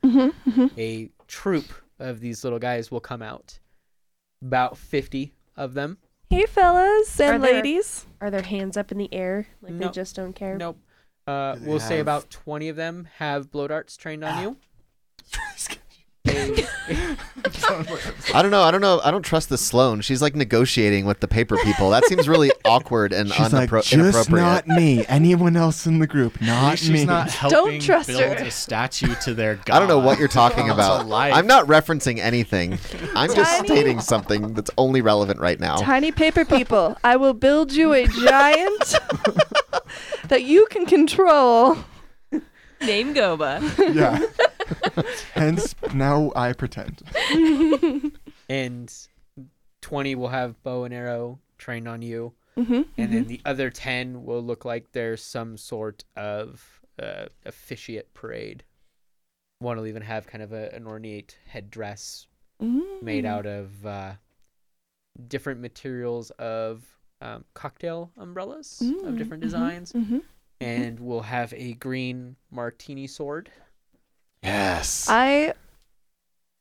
[SPEAKER 4] a troop of these little guys will come out. About 50 of them.
[SPEAKER 3] Hey, fellas
[SPEAKER 2] Are
[SPEAKER 3] and
[SPEAKER 2] there-
[SPEAKER 3] ladies.
[SPEAKER 2] Are their hands up in the air like
[SPEAKER 4] No.
[SPEAKER 2] they just don't care?
[SPEAKER 4] Nope. Uh,
[SPEAKER 6] Do they
[SPEAKER 4] we'll say
[SPEAKER 6] have-
[SPEAKER 4] about 20 of them have blow darts trained on you. They-
[SPEAKER 5] I don't know. I don't know. I don't trust the Sloan. She's like negotiating with the paper people. That
[SPEAKER 4] (laughs)
[SPEAKER 5] seems really awkward and
[SPEAKER 6] She's like,
[SPEAKER 5] unappro-
[SPEAKER 6] just
[SPEAKER 5] inappropriate.
[SPEAKER 6] not me. Anyone else in
[SPEAKER 5] (laughs)
[SPEAKER 6] the group,
[SPEAKER 1] At
[SPEAKER 6] not
[SPEAKER 1] least
[SPEAKER 6] me.
[SPEAKER 1] she's not helping
[SPEAKER 3] trust
[SPEAKER 1] build
[SPEAKER 3] her.
[SPEAKER 1] a statue to their god.
[SPEAKER 5] (laughs) I don't know what you're talking
[SPEAKER 1] It's a
[SPEAKER 5] about.
[SPEAKER 1] life.
[SPEAKER 5] I'm not referencing anything. I'm just
[SPEAKER 3] Tiny-
[SPEAKER 5] stating something that's only relevant right now.
[SPEAKER 4] Oh.
[SPEAKER 3] Tiny paper people, I will build you
[SPEAKER 4] (laughs)
[SPEAKER 3] a giant that you can control.
[SPEAKER 2] Name Goba.
[SPEAKER 6] yeah. (laughs)
[SPEAKER 2] (laughs)
[SPEAKER 6] Hence, now I pretend.
[SPEAKER 4] and 20 will have bow and arrow trained on you
[SPEAKER 3] Mhm,
[SPEAKER 4] and then the other 10 will look like there's some sort of uh, officiate parade one will even have kind of a, an ornate headdress made
[SPEAKER 3] Mm-hmm.
[SPEAKER 4] out of uh, different materials of um, cocktail umbrellas of different designs
[SPEAKER 3] Mm, Mm-hmm.
[SPEAKER 4] and we'll have a green martini sword
[SPEAKER 5] Yes.
[SPEAKER 3] I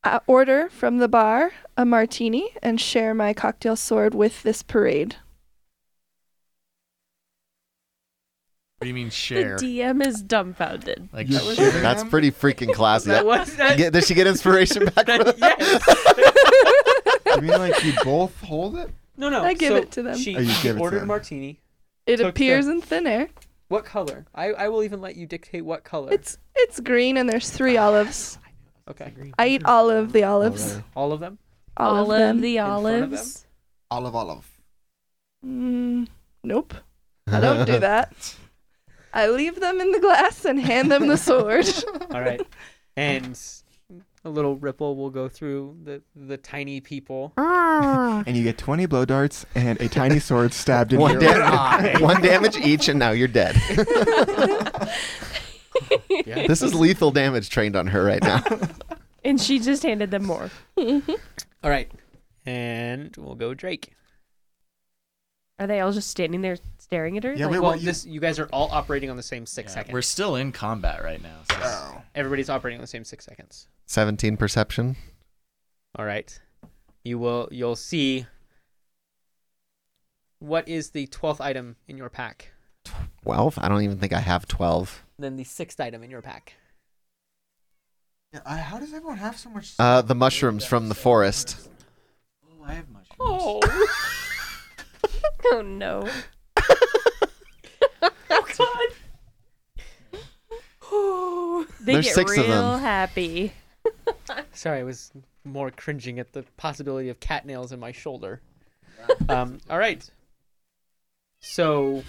[SPEAKER 3] uh, order from the bar a martini and share my cocktail sword with this parade.
[SPEAKER 1] What do you mean share?
[SPEAKER 2] The DM is dumbfounded.
[SPEAKER 1] Like
[SPEAKER 6] You
[SPEAKER 1] share?
[SPEAKER 6] share?
[SPEAKER 5] That's pretty freaking classy.
[SPEAKER 4] that
[SPEAKER 6] (laughs)
[SPEAKER 4] was that,
[SPEAKER 5] Get- did she get inspiration back?
[SPEAKER 4] (laughs)
[SPEAKER 5] for
[SPEAKER 4] that-
[SPEAKER 5] that?
[SPEAKER 4] yes
[SPEAKER 6] I mean, like, you
[SPEAKER 5] (laughs)
[SPEAKER 6] both hold it?
[SPEAKER 4] no no
[SPEAKER 3] I give
[SPEAKER 4] so
[SPEAKER 3] it to them.
[SPEAKER 4] she,
[SPEAKER 6] Oh, you
[SPEAKER 4] she
[SPEAKER 6] give it to
[SPEAKER 4] ordered
[SPEAKER 6] them.
[SPEAKER 4] martini
[SPEAKER 3] It
[SPEAKER 4] Took the-
[SPEAKER 3] appears in thin air.
[SPEAKER 4] What color? I, I will even let you dictate what color.
[SPEAKER 3] It's it's green and there's three olives.
[SPEAKER 4] okay.
[SPEAKER 3] I eat all of the olives.
[SPEAKER 6] Olive,
[SPEAKER 4] All of them.
[SPEAKER 3] All, of them.
[SPEAKER 2] the
[SPEAKER 4] front of them?
[SPEAKER 2] olives.
[SPEAKER 6] olive. olive.
[SPEAKER 3] Mm, nope.
[SPEAKER 1] (laughs)
[SPEAKER 3] I don't do that. I leave them in the glass and hand them the (laughs) sword.
[SPEAKER 4] All right. (laughs) And a little ripple will go through the the tiny people.
[SPEAKER 6] And you get 20 blow darts and a tiny sword stabbed in
[SPEAKER 5] One
[SPEAKER 6] your
[SPEAKER 5] damage,
[SPEAKER 6] (laughs)
[SPEAKER 5] one damage each, and now
[SPEAKER 2] (laughs)
[SPEAKER 5] you're dead.
[SPEAKER 4] Yeah.
[SPEAKER 5] This is lethal damage trained on her right
[SPEAKER 6] (laughs)
[SPEAKER 5] now.
[SPEAKER 2] And she just handed them more.
[SPEAKER 4] All right. And we'll go Drake.
[SPEAKER 2] Are they all just standing there staring at her?
[SPEAKER 6] Yeah,
[SPEAKER 2] Like,
[SPEAKER 6] wait,
[SPEAKER 4] well,
[SPEAKER 6] well, you-
[SPEAKER 4] this you guys are all operating on the same six
[SPEAKER 1] Yeah,
[SPEAKER 4] seconds.
[SPEAKER 1] We're still in combat right now. so-
[SPEAKER 4] Everybody's operating on the same six seconds.
[SPEAKER 5] 17 perception.
[SPEAKER 4] All right. You will you'll see. What is the twelfth item in your pack?
[SPEAKER 5] 12? I don't even think I have 12.
[SPEAKER 4] Then the sixth item in your pack.
[SPEAKER 6] how does everyone have so much?
[SPEAKER 5] Uh, the mushrooms from the forest.
[SPEAKER 8] Oh, I have mushrooms.
[SPEAKER 2] Oh no. (laughs) oh god. they
[SPEAKER 5] There's
[SPEAKER 2] get
[SPEAKER 5] six
[SPEAKER 2] real
[SPEAKER 5] of them. (laughs)
[SPEAKER 2] happy. (laughs)
[SPEAKER 4] Sorry, I was more cringing at the possibility of cat nails in my shoulder. um, all right. So,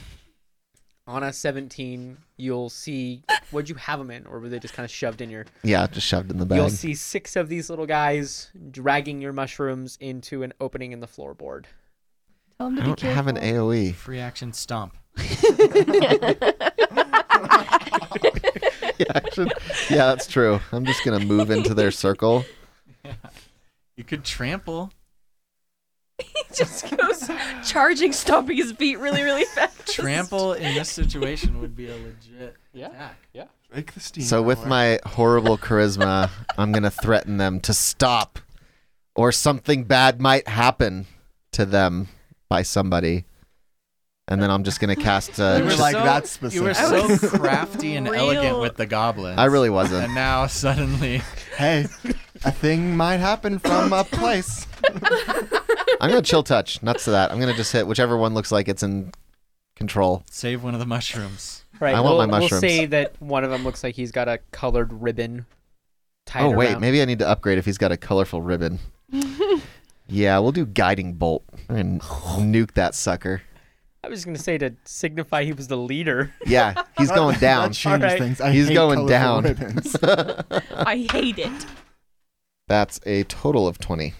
[SPEAKER 4] on a 17, you'll see. What'd you have them in? Or were they just kind of shoved in your.
[SPEAKER 5] Yeah, just shoved in the
[SPEAKER 4] You'll
[SPEAKER 5] bag.
[SPEAKER 4] see six of these little guys dragging your mushrooms into an opening in the floorboard.
[SPEAKER 3] Tell them
[SPEAKER 5] I
[SPEAKER 3] to be
[SPEAKER 5] don't
[SPEAKER 3] careful.
[SPEAKER 5] have an E. AoE.
[SPEAKER 1] Free action stomp.
[SPEAKER 5] (laughs) Yeah, I should- yeah, that's true. I'm just going to move into their circle.
[SPEAKER 1] You could trample.
[SPEAKER 2] He just goes charging, stomping his feet really, really fast.
[SPEAKER 1] Trample in
[SPEAKER 2] (laughs)
[SPEAKER 1] this situation would be a legit
[SPEAKER 4] Yeah.
[SPEAKER 1] attack.
[SPEAKER 6] Like the steam.
[SPEAKER 5] So, with
[SPEAKER 6] roller.
[SPEAKER 5] my horrible charisma, I'm going to threaten them to stop, or something bad might happen to them by somebody. And then I'm just going to cast. Uh,
[SPEAKER 1] You were
[SPEAKER 5] just-
[SPEAKER 1] like so-
[SPEAKER 6] that
[SPEAKER 1] You were
[SPEAKER 6] specific.
[SPEAKER 1] so
[SPEAKER 6] (laughs)
[SPEAKER 2] was
[SPEAKER 1] crafty and elegant
[SPEAKER 2] real-
[SPEAKER 1] with the goblins.
[SPEAKER 5] I really wasn't.
[SPEAKER 1] And now suddenly,
[SPEAKER 6] hey, a thing might happen from a place.
[SPEAKER 5] I'm gonna chill touch. Nuts to that. I'm gonna just hit whichever one looks like it's in control.
[SPEAKER 1] save one of the mushrooms.
[SPEAKER 4] Right.
[SPEAKER 5] I want
[SPEAKER 4] we'll,
[SPEAKER 5] my
[SPEAKER 4] We'll
[SPEAKER 5] mushrooms.
[SPEAKER 4] say that one of them looks like he's got a colored ribbon tied
[SPEAKER 5] oh wait,
[SPEAKER 4] around-
[SPEAKER 6] (laughs)
[SPEAKER 5] maybe I need to upgrade if he's got a colorful ribbon. Yeah, we'll do guiding bolt and nuke that sucker.
[SPEAKER 4] I was gonna say to signify he was the leader.
[SPEAKER 5] Yeah, he's going down.
[SPEAKER 6] (laughs) That changes
[SPEAKER 4] Alright.
[SPEAKER 6] things. I
[SPEAKER 5] He's
[SPEAKER 6] hate
[SPEAKER 5] going
[SPEAKER 6] colorful
[SPEAKER 5] down.
[SPEAKER 6] ribbons.
[SPEAKER 10] I hate it.
[SPEAKER 5] (laughs) That's a total of 20.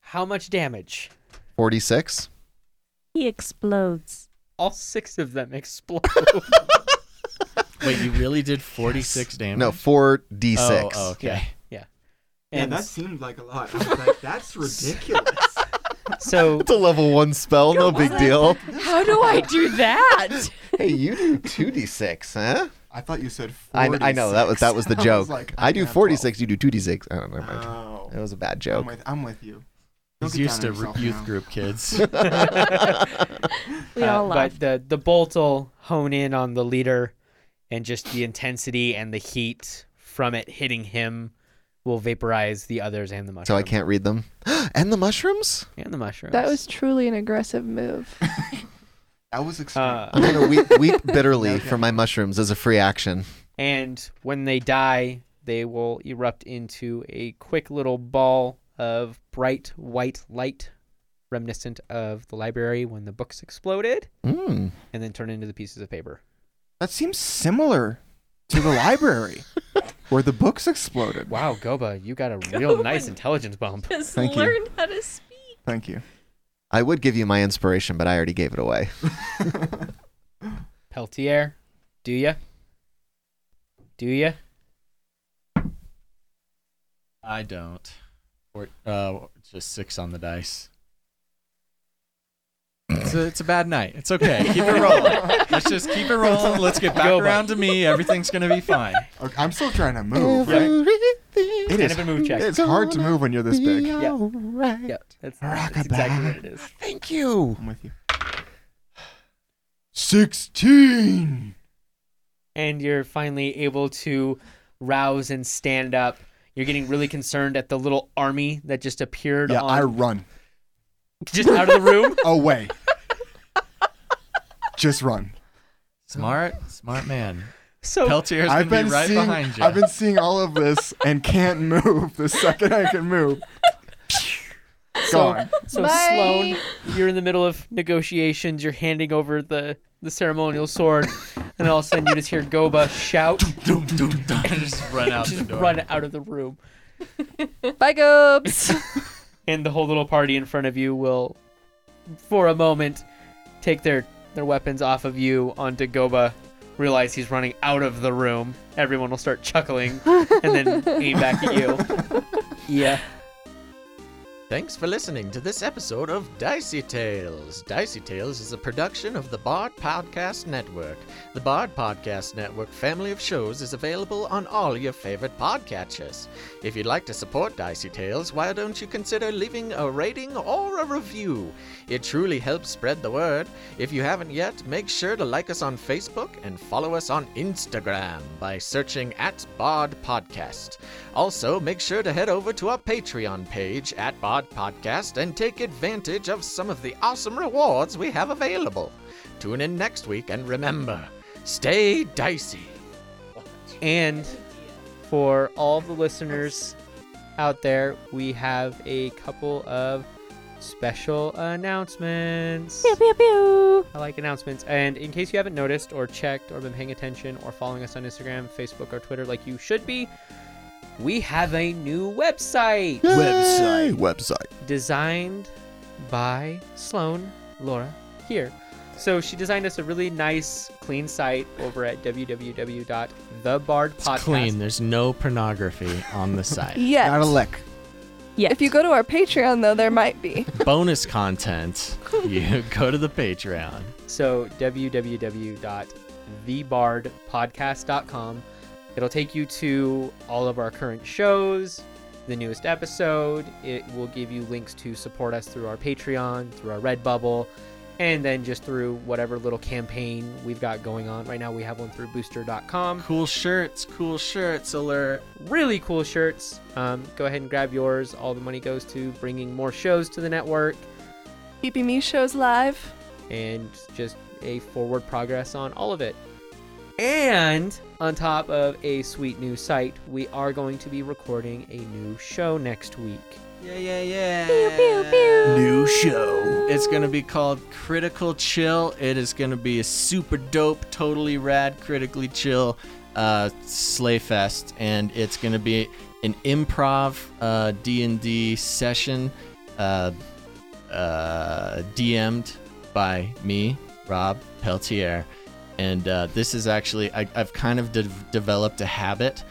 [SPEAKER 4] How much damage?
[SPEAKER 5] 46.
[SPEAKER 2] He explodes.
[SPEAKER 4] All six of them (laughs) explode.
[SPEAKER 1] Wait, you really did 46 damage?
[SPEAKER 5] No, 4d6.
[SPEAKER 1] Oh, okay.
[SPEAKER 4] yeah.
[SPEAKER 8] Yeah,
[SPEAKER 4] And
[SPEAKER 8] that seemed like a lot. I was like,
[SPEAKER 6] (laughs)
[SPEAKER 8] that's ridiculous.
[SPEAKER 3] (laughs)
[SPEAKER 4] so
[SPEAKER 5] It's a level 1 spell, no big
[SPEAKER 6] (laughs)
[SPEAKER 5] deal.
[SPEAKER 10] How do I do that?
[SPEAKER 5] hey, you do 2d6, huh?
[SPEAKER 6] I thought you said. 46.
[SPEAKER 5] I, I know, that was that was
[SPEAKER 6] (laughs)
[SPEAKER 5] the joke. I,
[SPEAKER 6] like,
[SPEAKER 5] do
[SPEAKER 6] yeah,
[SPEAKER 5] 46, you do 2d6. I don't know. never mind.
[SPEAKER 6] Oh,
[SPEAKER 5] It was a bad
[SPEAKER 6] I'm
[SPEAKER 5] joke.
[SPEAKER 6] with, I'm with you.
[SPEAKER 1] He's
[SPEAKER 6] Don't get
[SPEAKER 1] used
[SPEAKER 6] down
[SPEAKER 1] to
[SPEAKER 6] on
[SPEAKER 1] r-
[SPEAKER 6] yourself
[SPEAKER 1] youth
[SPEAKER 6] now.
[SPEAKER 1] group
[SPEAKER 5] (laughs)
[SPEAKER 1] kids.
[SPEAKER 2] (laughs) We
[SPEAKER 4] Uh,
[SPEAKER 2] all
[SPEAKER 4] but
[SPEAKER 2] laughed.
[SPEAKER 4] the the bolt will hone in on the leader, and just the intensity and the heat from it hitting him will vaporize the others and the mushroom.
[SPEAKER 5] So I can't read them. (gasps) and
[SPEAKER 4] (laughs)
[SPEAKER 5] the mushrooms?
[SPEAKER 4] And the mushrooms.
[SPEAKER 3] That was truly an aggressive move.
[SPEAKER 6] That was extreme.
[SPEAKER 4] Uh,
[SPEAKER 5] I'm going to weep, weep bitterly
[SPEAKER 6] Okay.
[SPEAKER 5] for my mushrooms as a free action.
[SPEAKER 4] and when they die, they will erupt into a quick little ball of bright white light, reminiscent of the library when the books exploded,
[SPEAKER 5] Mm.
[SPEAKER 4] and then turn into the pieces of paper.
[SPEAKER 6] that seems similar to
[SPEAKER 1] (laughs)
[SPEAKER 6] the library where the books exploded.
[SPEAKER 4] Wow, Goba, you got a
[SPEAKER 3] (laughs)
[SPEAKER 4] real nice
[SPEAKER 10] Goban.
[SPEAKER 4] intelligence bump.
[SPEAKER 10] Just
[SPEAKER 6] Thank you.
[SPEAKER 10] learn how to speak.
[SPEAKER 6] Thank
[SPEAKER 1] (laughs)
[SPEAKER 6] you.
[SPEAKER 5] I would give you my inspiration, but I already gave it away.
[SPEAKER 4] Peltier, do ya? Do ya?
[SPEAKER 1] I don't. Or, uh, just six on the dice. It's a, it's a bad night. It's okay. Keep it (laughs) rolling. Let's just keep it rolling. Let's get back
[SPEAKER 4] Go, bud.
[SPEAKER 1] around to me. Everything's gonna be fine.
[SPEAKER 6] Okay, I'm still trying to move, right?
[SPEAKER 5] Everything
[SPEAKER 6] It
[SPEAKER 4] Stand
[SPEAKER 6] is,
[SPEAKER 4] up and move check.
[SPEAKER 6] it's hard to move when you're this big.
[SPEAKER 4] Yeah.
[SPEAKER 5] alright.
[SPEAKER 4] Yep, that's,
[SPEAKER 6] Rock
[SPEAKER 4] that's
[SPEAKER 6] a
[SPEAKER 4] exactly
[SPEAKER 6] bye.
[SPEAKER 4] what it is.
[SPEAKER 5] Thank you.
[SPEAKER 6] I'm with you. 16!
[SPEAKER 4] and you're finally able to rouse and stand up. You're getting really concerned at the little army that just appeared
[SPEAKER 6] Yeah,
[SPEAKER 4] on,
[SPEAKER 6] I run
[SPEAKER 4] just out of the
[SPEAKER 6] (laughs)
[SPEAKER 4] room.
[SPEAKER 1] (laughs)
[SPEAKER 6] away. Just run.
[SPEAKER 1] Smart, smart man.
[SPEAKER 4] So
[SPEAKER 1] Peltier's
[SPEAKER 6] I've
[SPEAKER 1] gonna
[SPEAKER 6] been
[SPEAKER 1] be right
[SPEAKER 6] seeing
[SPEAKER 1] behind you. (laughs)
[SPEAKER 6] I've been seeing all of this and can't move. The second I can move, gone.
[SPEAKER 4] so
[SPEAKER 3] Bye.
[SPEAKER 4] Sloane, you're in the middle of negotiations. You're handing over the the ceremonial sword, and all of a sudden you just hear Goba
[SPEAKER 6] (laughs)
[SPEAKER 4] shout,
[SPEAKER 1] Doom, doom, doom. just run out the
[SPEAKER 4] just
[SPEAKER 1] door.
[SPEAKER 4] run out of the room,
[SPEAKER 3] (laughs)
[SPEAKER 1] (laughs)
[SPEAKER 3] Bye, Gobes.
[SPEAKER 4] and the whole little party in front of you will, for a moment, take their their weapons off of you onto Goba. Realize he's running out of the room. Everyone will start chuckling and then aim back at you. Yeah.
[SPEAKER 1] Thanks for listening to this episode of Dicey Tales. Dicey Tales is a production of the Bard Podcast Network. The Bard Podcast Network family of shows is available on all your favorite podcatchers. If you'd like to support Dicey Tales, why don't you consider leaving a rating or a review? It truly helps spread the word. If you haven't yet, make sure to like us on Facebook and follow us on Instagram by searching at Bard Podcast. Also, make sure to head over to our Patreon page at Bard Podcast and take advantage of some of the awesome rewards we have available. Tune in next week and remember, stay dicey.
[SPEAKER 4] And for all the listeners out there, we have a couple of special announcements.
[SPEAKER 2] Pew pew pew.
[SPEAKER 4] I like announcements. And in case you haven't noticed or checked or been paying attention or following us on Instagram, Facebook, or Twitter like you should be, we have a new website
[SPEAKER 5] Website. Website.
[SPEAKER 4] designed by Sloan Laura here. So she designed us a really nice, clean site over at www.thebardpodcast.
[SPEAKER 1] There's no pornography on the
[SPEAKER 3] (laughs)
[SPEAKER 1] site.
[SPEAKER 3] yes.
[SPEAKER 6] Not a lick.
[SPEAKER 10] Yes.
[SPEAKER 3] If you go to our Patreon, though, there might be.
[SPEAKER 1] Bonus content. You (laughs) go to the Patreon.
[SPEAKER 4] So www.thebardpodcast.com. It'll take you to all of our current shows, the newest episode. It will give you links to support us through our Patreon, through our Redbubble, and then just through whatever little campaign we've got going on. Right now we have one through booster.com.
[SPEAKER 1] Cool shirts, cool shirts alert.
[SPEAKER 4] Really cool shirts. Um, go ahead and grab yours. All the money goes to bringing more shows to the network.
[SPEAKER 3] Keeping me shows live.
[SPEAKER 4] and just a forward progress on all of it. And on top of a sweet new site, we are going to be recording a new show next week.
[SPEAKER 1] Yeah, yeah, yeah.
[SPEAKER 6] New show.
[SPEAKER 1] It's going to be called Critical Chill. It is going to be a super dope, totally rad, critically chill uh, sleigh fest, and it's going to be an improv uh, D&D session uh, uh, DM'd by me, Rob Peltier. And uh, this is actually, I, I've kind of de- developed a habit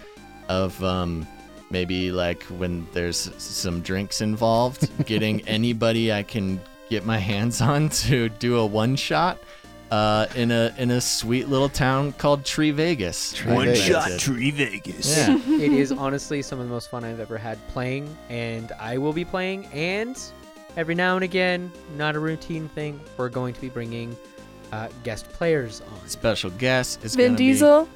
[SPEAKER 1] of um, maybe like when there's some drinks involved, getting anybody I can get my hands on (laughs) to do a one shot uh, in a in a sweet little town called Tree Vegas.
[SPEAKER 5] Tree One Vegas. shot
[SPEAKER 6] Tree Vegas.
[SPEAKER 1] Yeah.
[SPEAKER 4] it (laughs) is honestly some of the most fun I've ever had playing, and I will be playing. And every now and again, not a routine thing, we're going to be bringing uh, guest players on.
[SPEAKER 1] Special guest. It's
[SPEAKER 3] Vin
[SPEAKER 1] gonna
[SPEAKER 3] Diesel,
[SPEAKER 1] Be,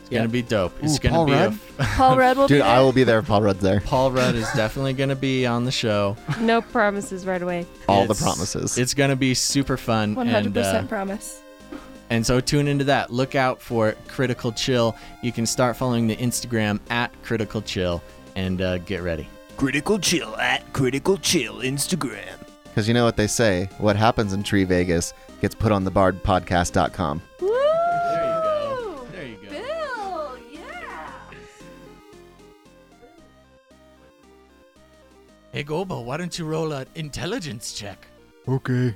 [SPEAKER 1] it's gonna be dope. It's
[SPEAKER 5] Ooh,
[SPEAKER 1] gonna
[SPEAKER 5] Paul
[SPEAKER 1] be a (laughs)
[SPEAKER 5] Rudd?
[SPEAKER 3] Paul Rudd will
[SPEAKER 5] Dude,
[SPEAKER 3] be there.
[SPEAKER 5] I will be there if Paul Rudd's there.
[SPEAKER 1] Paul Rudd is definitely gonna be on the show.
[SPEAKER 2] No promises right away.
[SPEAKER 5] All the
[SPEAKER 1] It's-
[SPEAKER 5] promises.
[SPEAKER 1] It's gonna be super fun.
[SPEAKER 3] One
[SPEAKER 1] and,
[SPEAKER 3] hundred
[SPEAKER 1] uh,
[SPEAKER 3] percent promise.
[SPEAKER 1] And so tune into that. Look out for Critical Chill. You can start following the Instagram at Critical Chill and uh, get ready.
[SPEAKER 6] Critical Chill at Critical Chill Instagram.
[SPEAKER 5] Because you know what they say what happens in Tree Vegas gets put on the bardpodcast.com.
[SPEAKER 3] Woo!
[SPEAKER 1] There you go. There you go.
[SPEAKER 3] Bill, yeah.
[SPEAKER 1] Hey Gobo, why don't you roll an intelligence check?
[SPEAKER 6] Okay.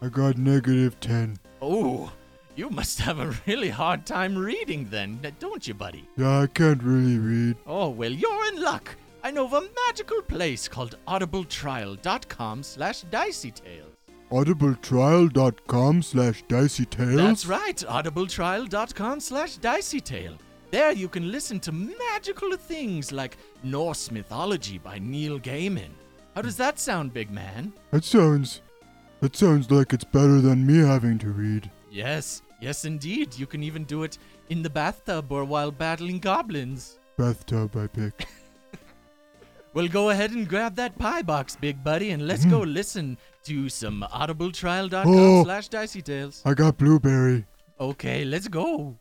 [SPEAKER 6] I got negative 10.
[SPEAKER 1] Oh, you must have a really hard time reading then, don't you, buddy?
[SPEAKER 6] Yeah, I can't really read.
[SPEAKER 1] Oh, well, you're in luck. I know of a magical place called audibletrial.com slash diceytales.
[SPEAKER 6] Audibletrial.com slash dicey tales.
[SPEAKER 1] That's right, audibletrial.com slash diceytale. There you can listen to magical things like Norse mythology by Neil Gaiman. How does that sound, big man?
[SPEAKER 6] That sounds. That sounds like it's better than me having to read.
[SPEAKER 1] Yes, yes indeed. You can even do it in the bathtub or while battling goblins.
[SPEAKER 6] Bathtub, I pick.
[SPEAKER 1] Well, go ahead and grab that pie box, big buddy, and let's go listen to some audibletrial.com
[SPEAKER 6] Oh.
[SPEAKER 1] slash diceytales.
[SPEAKER 6] I got blueberry.
[SPEAKER 1] Okay, let's go.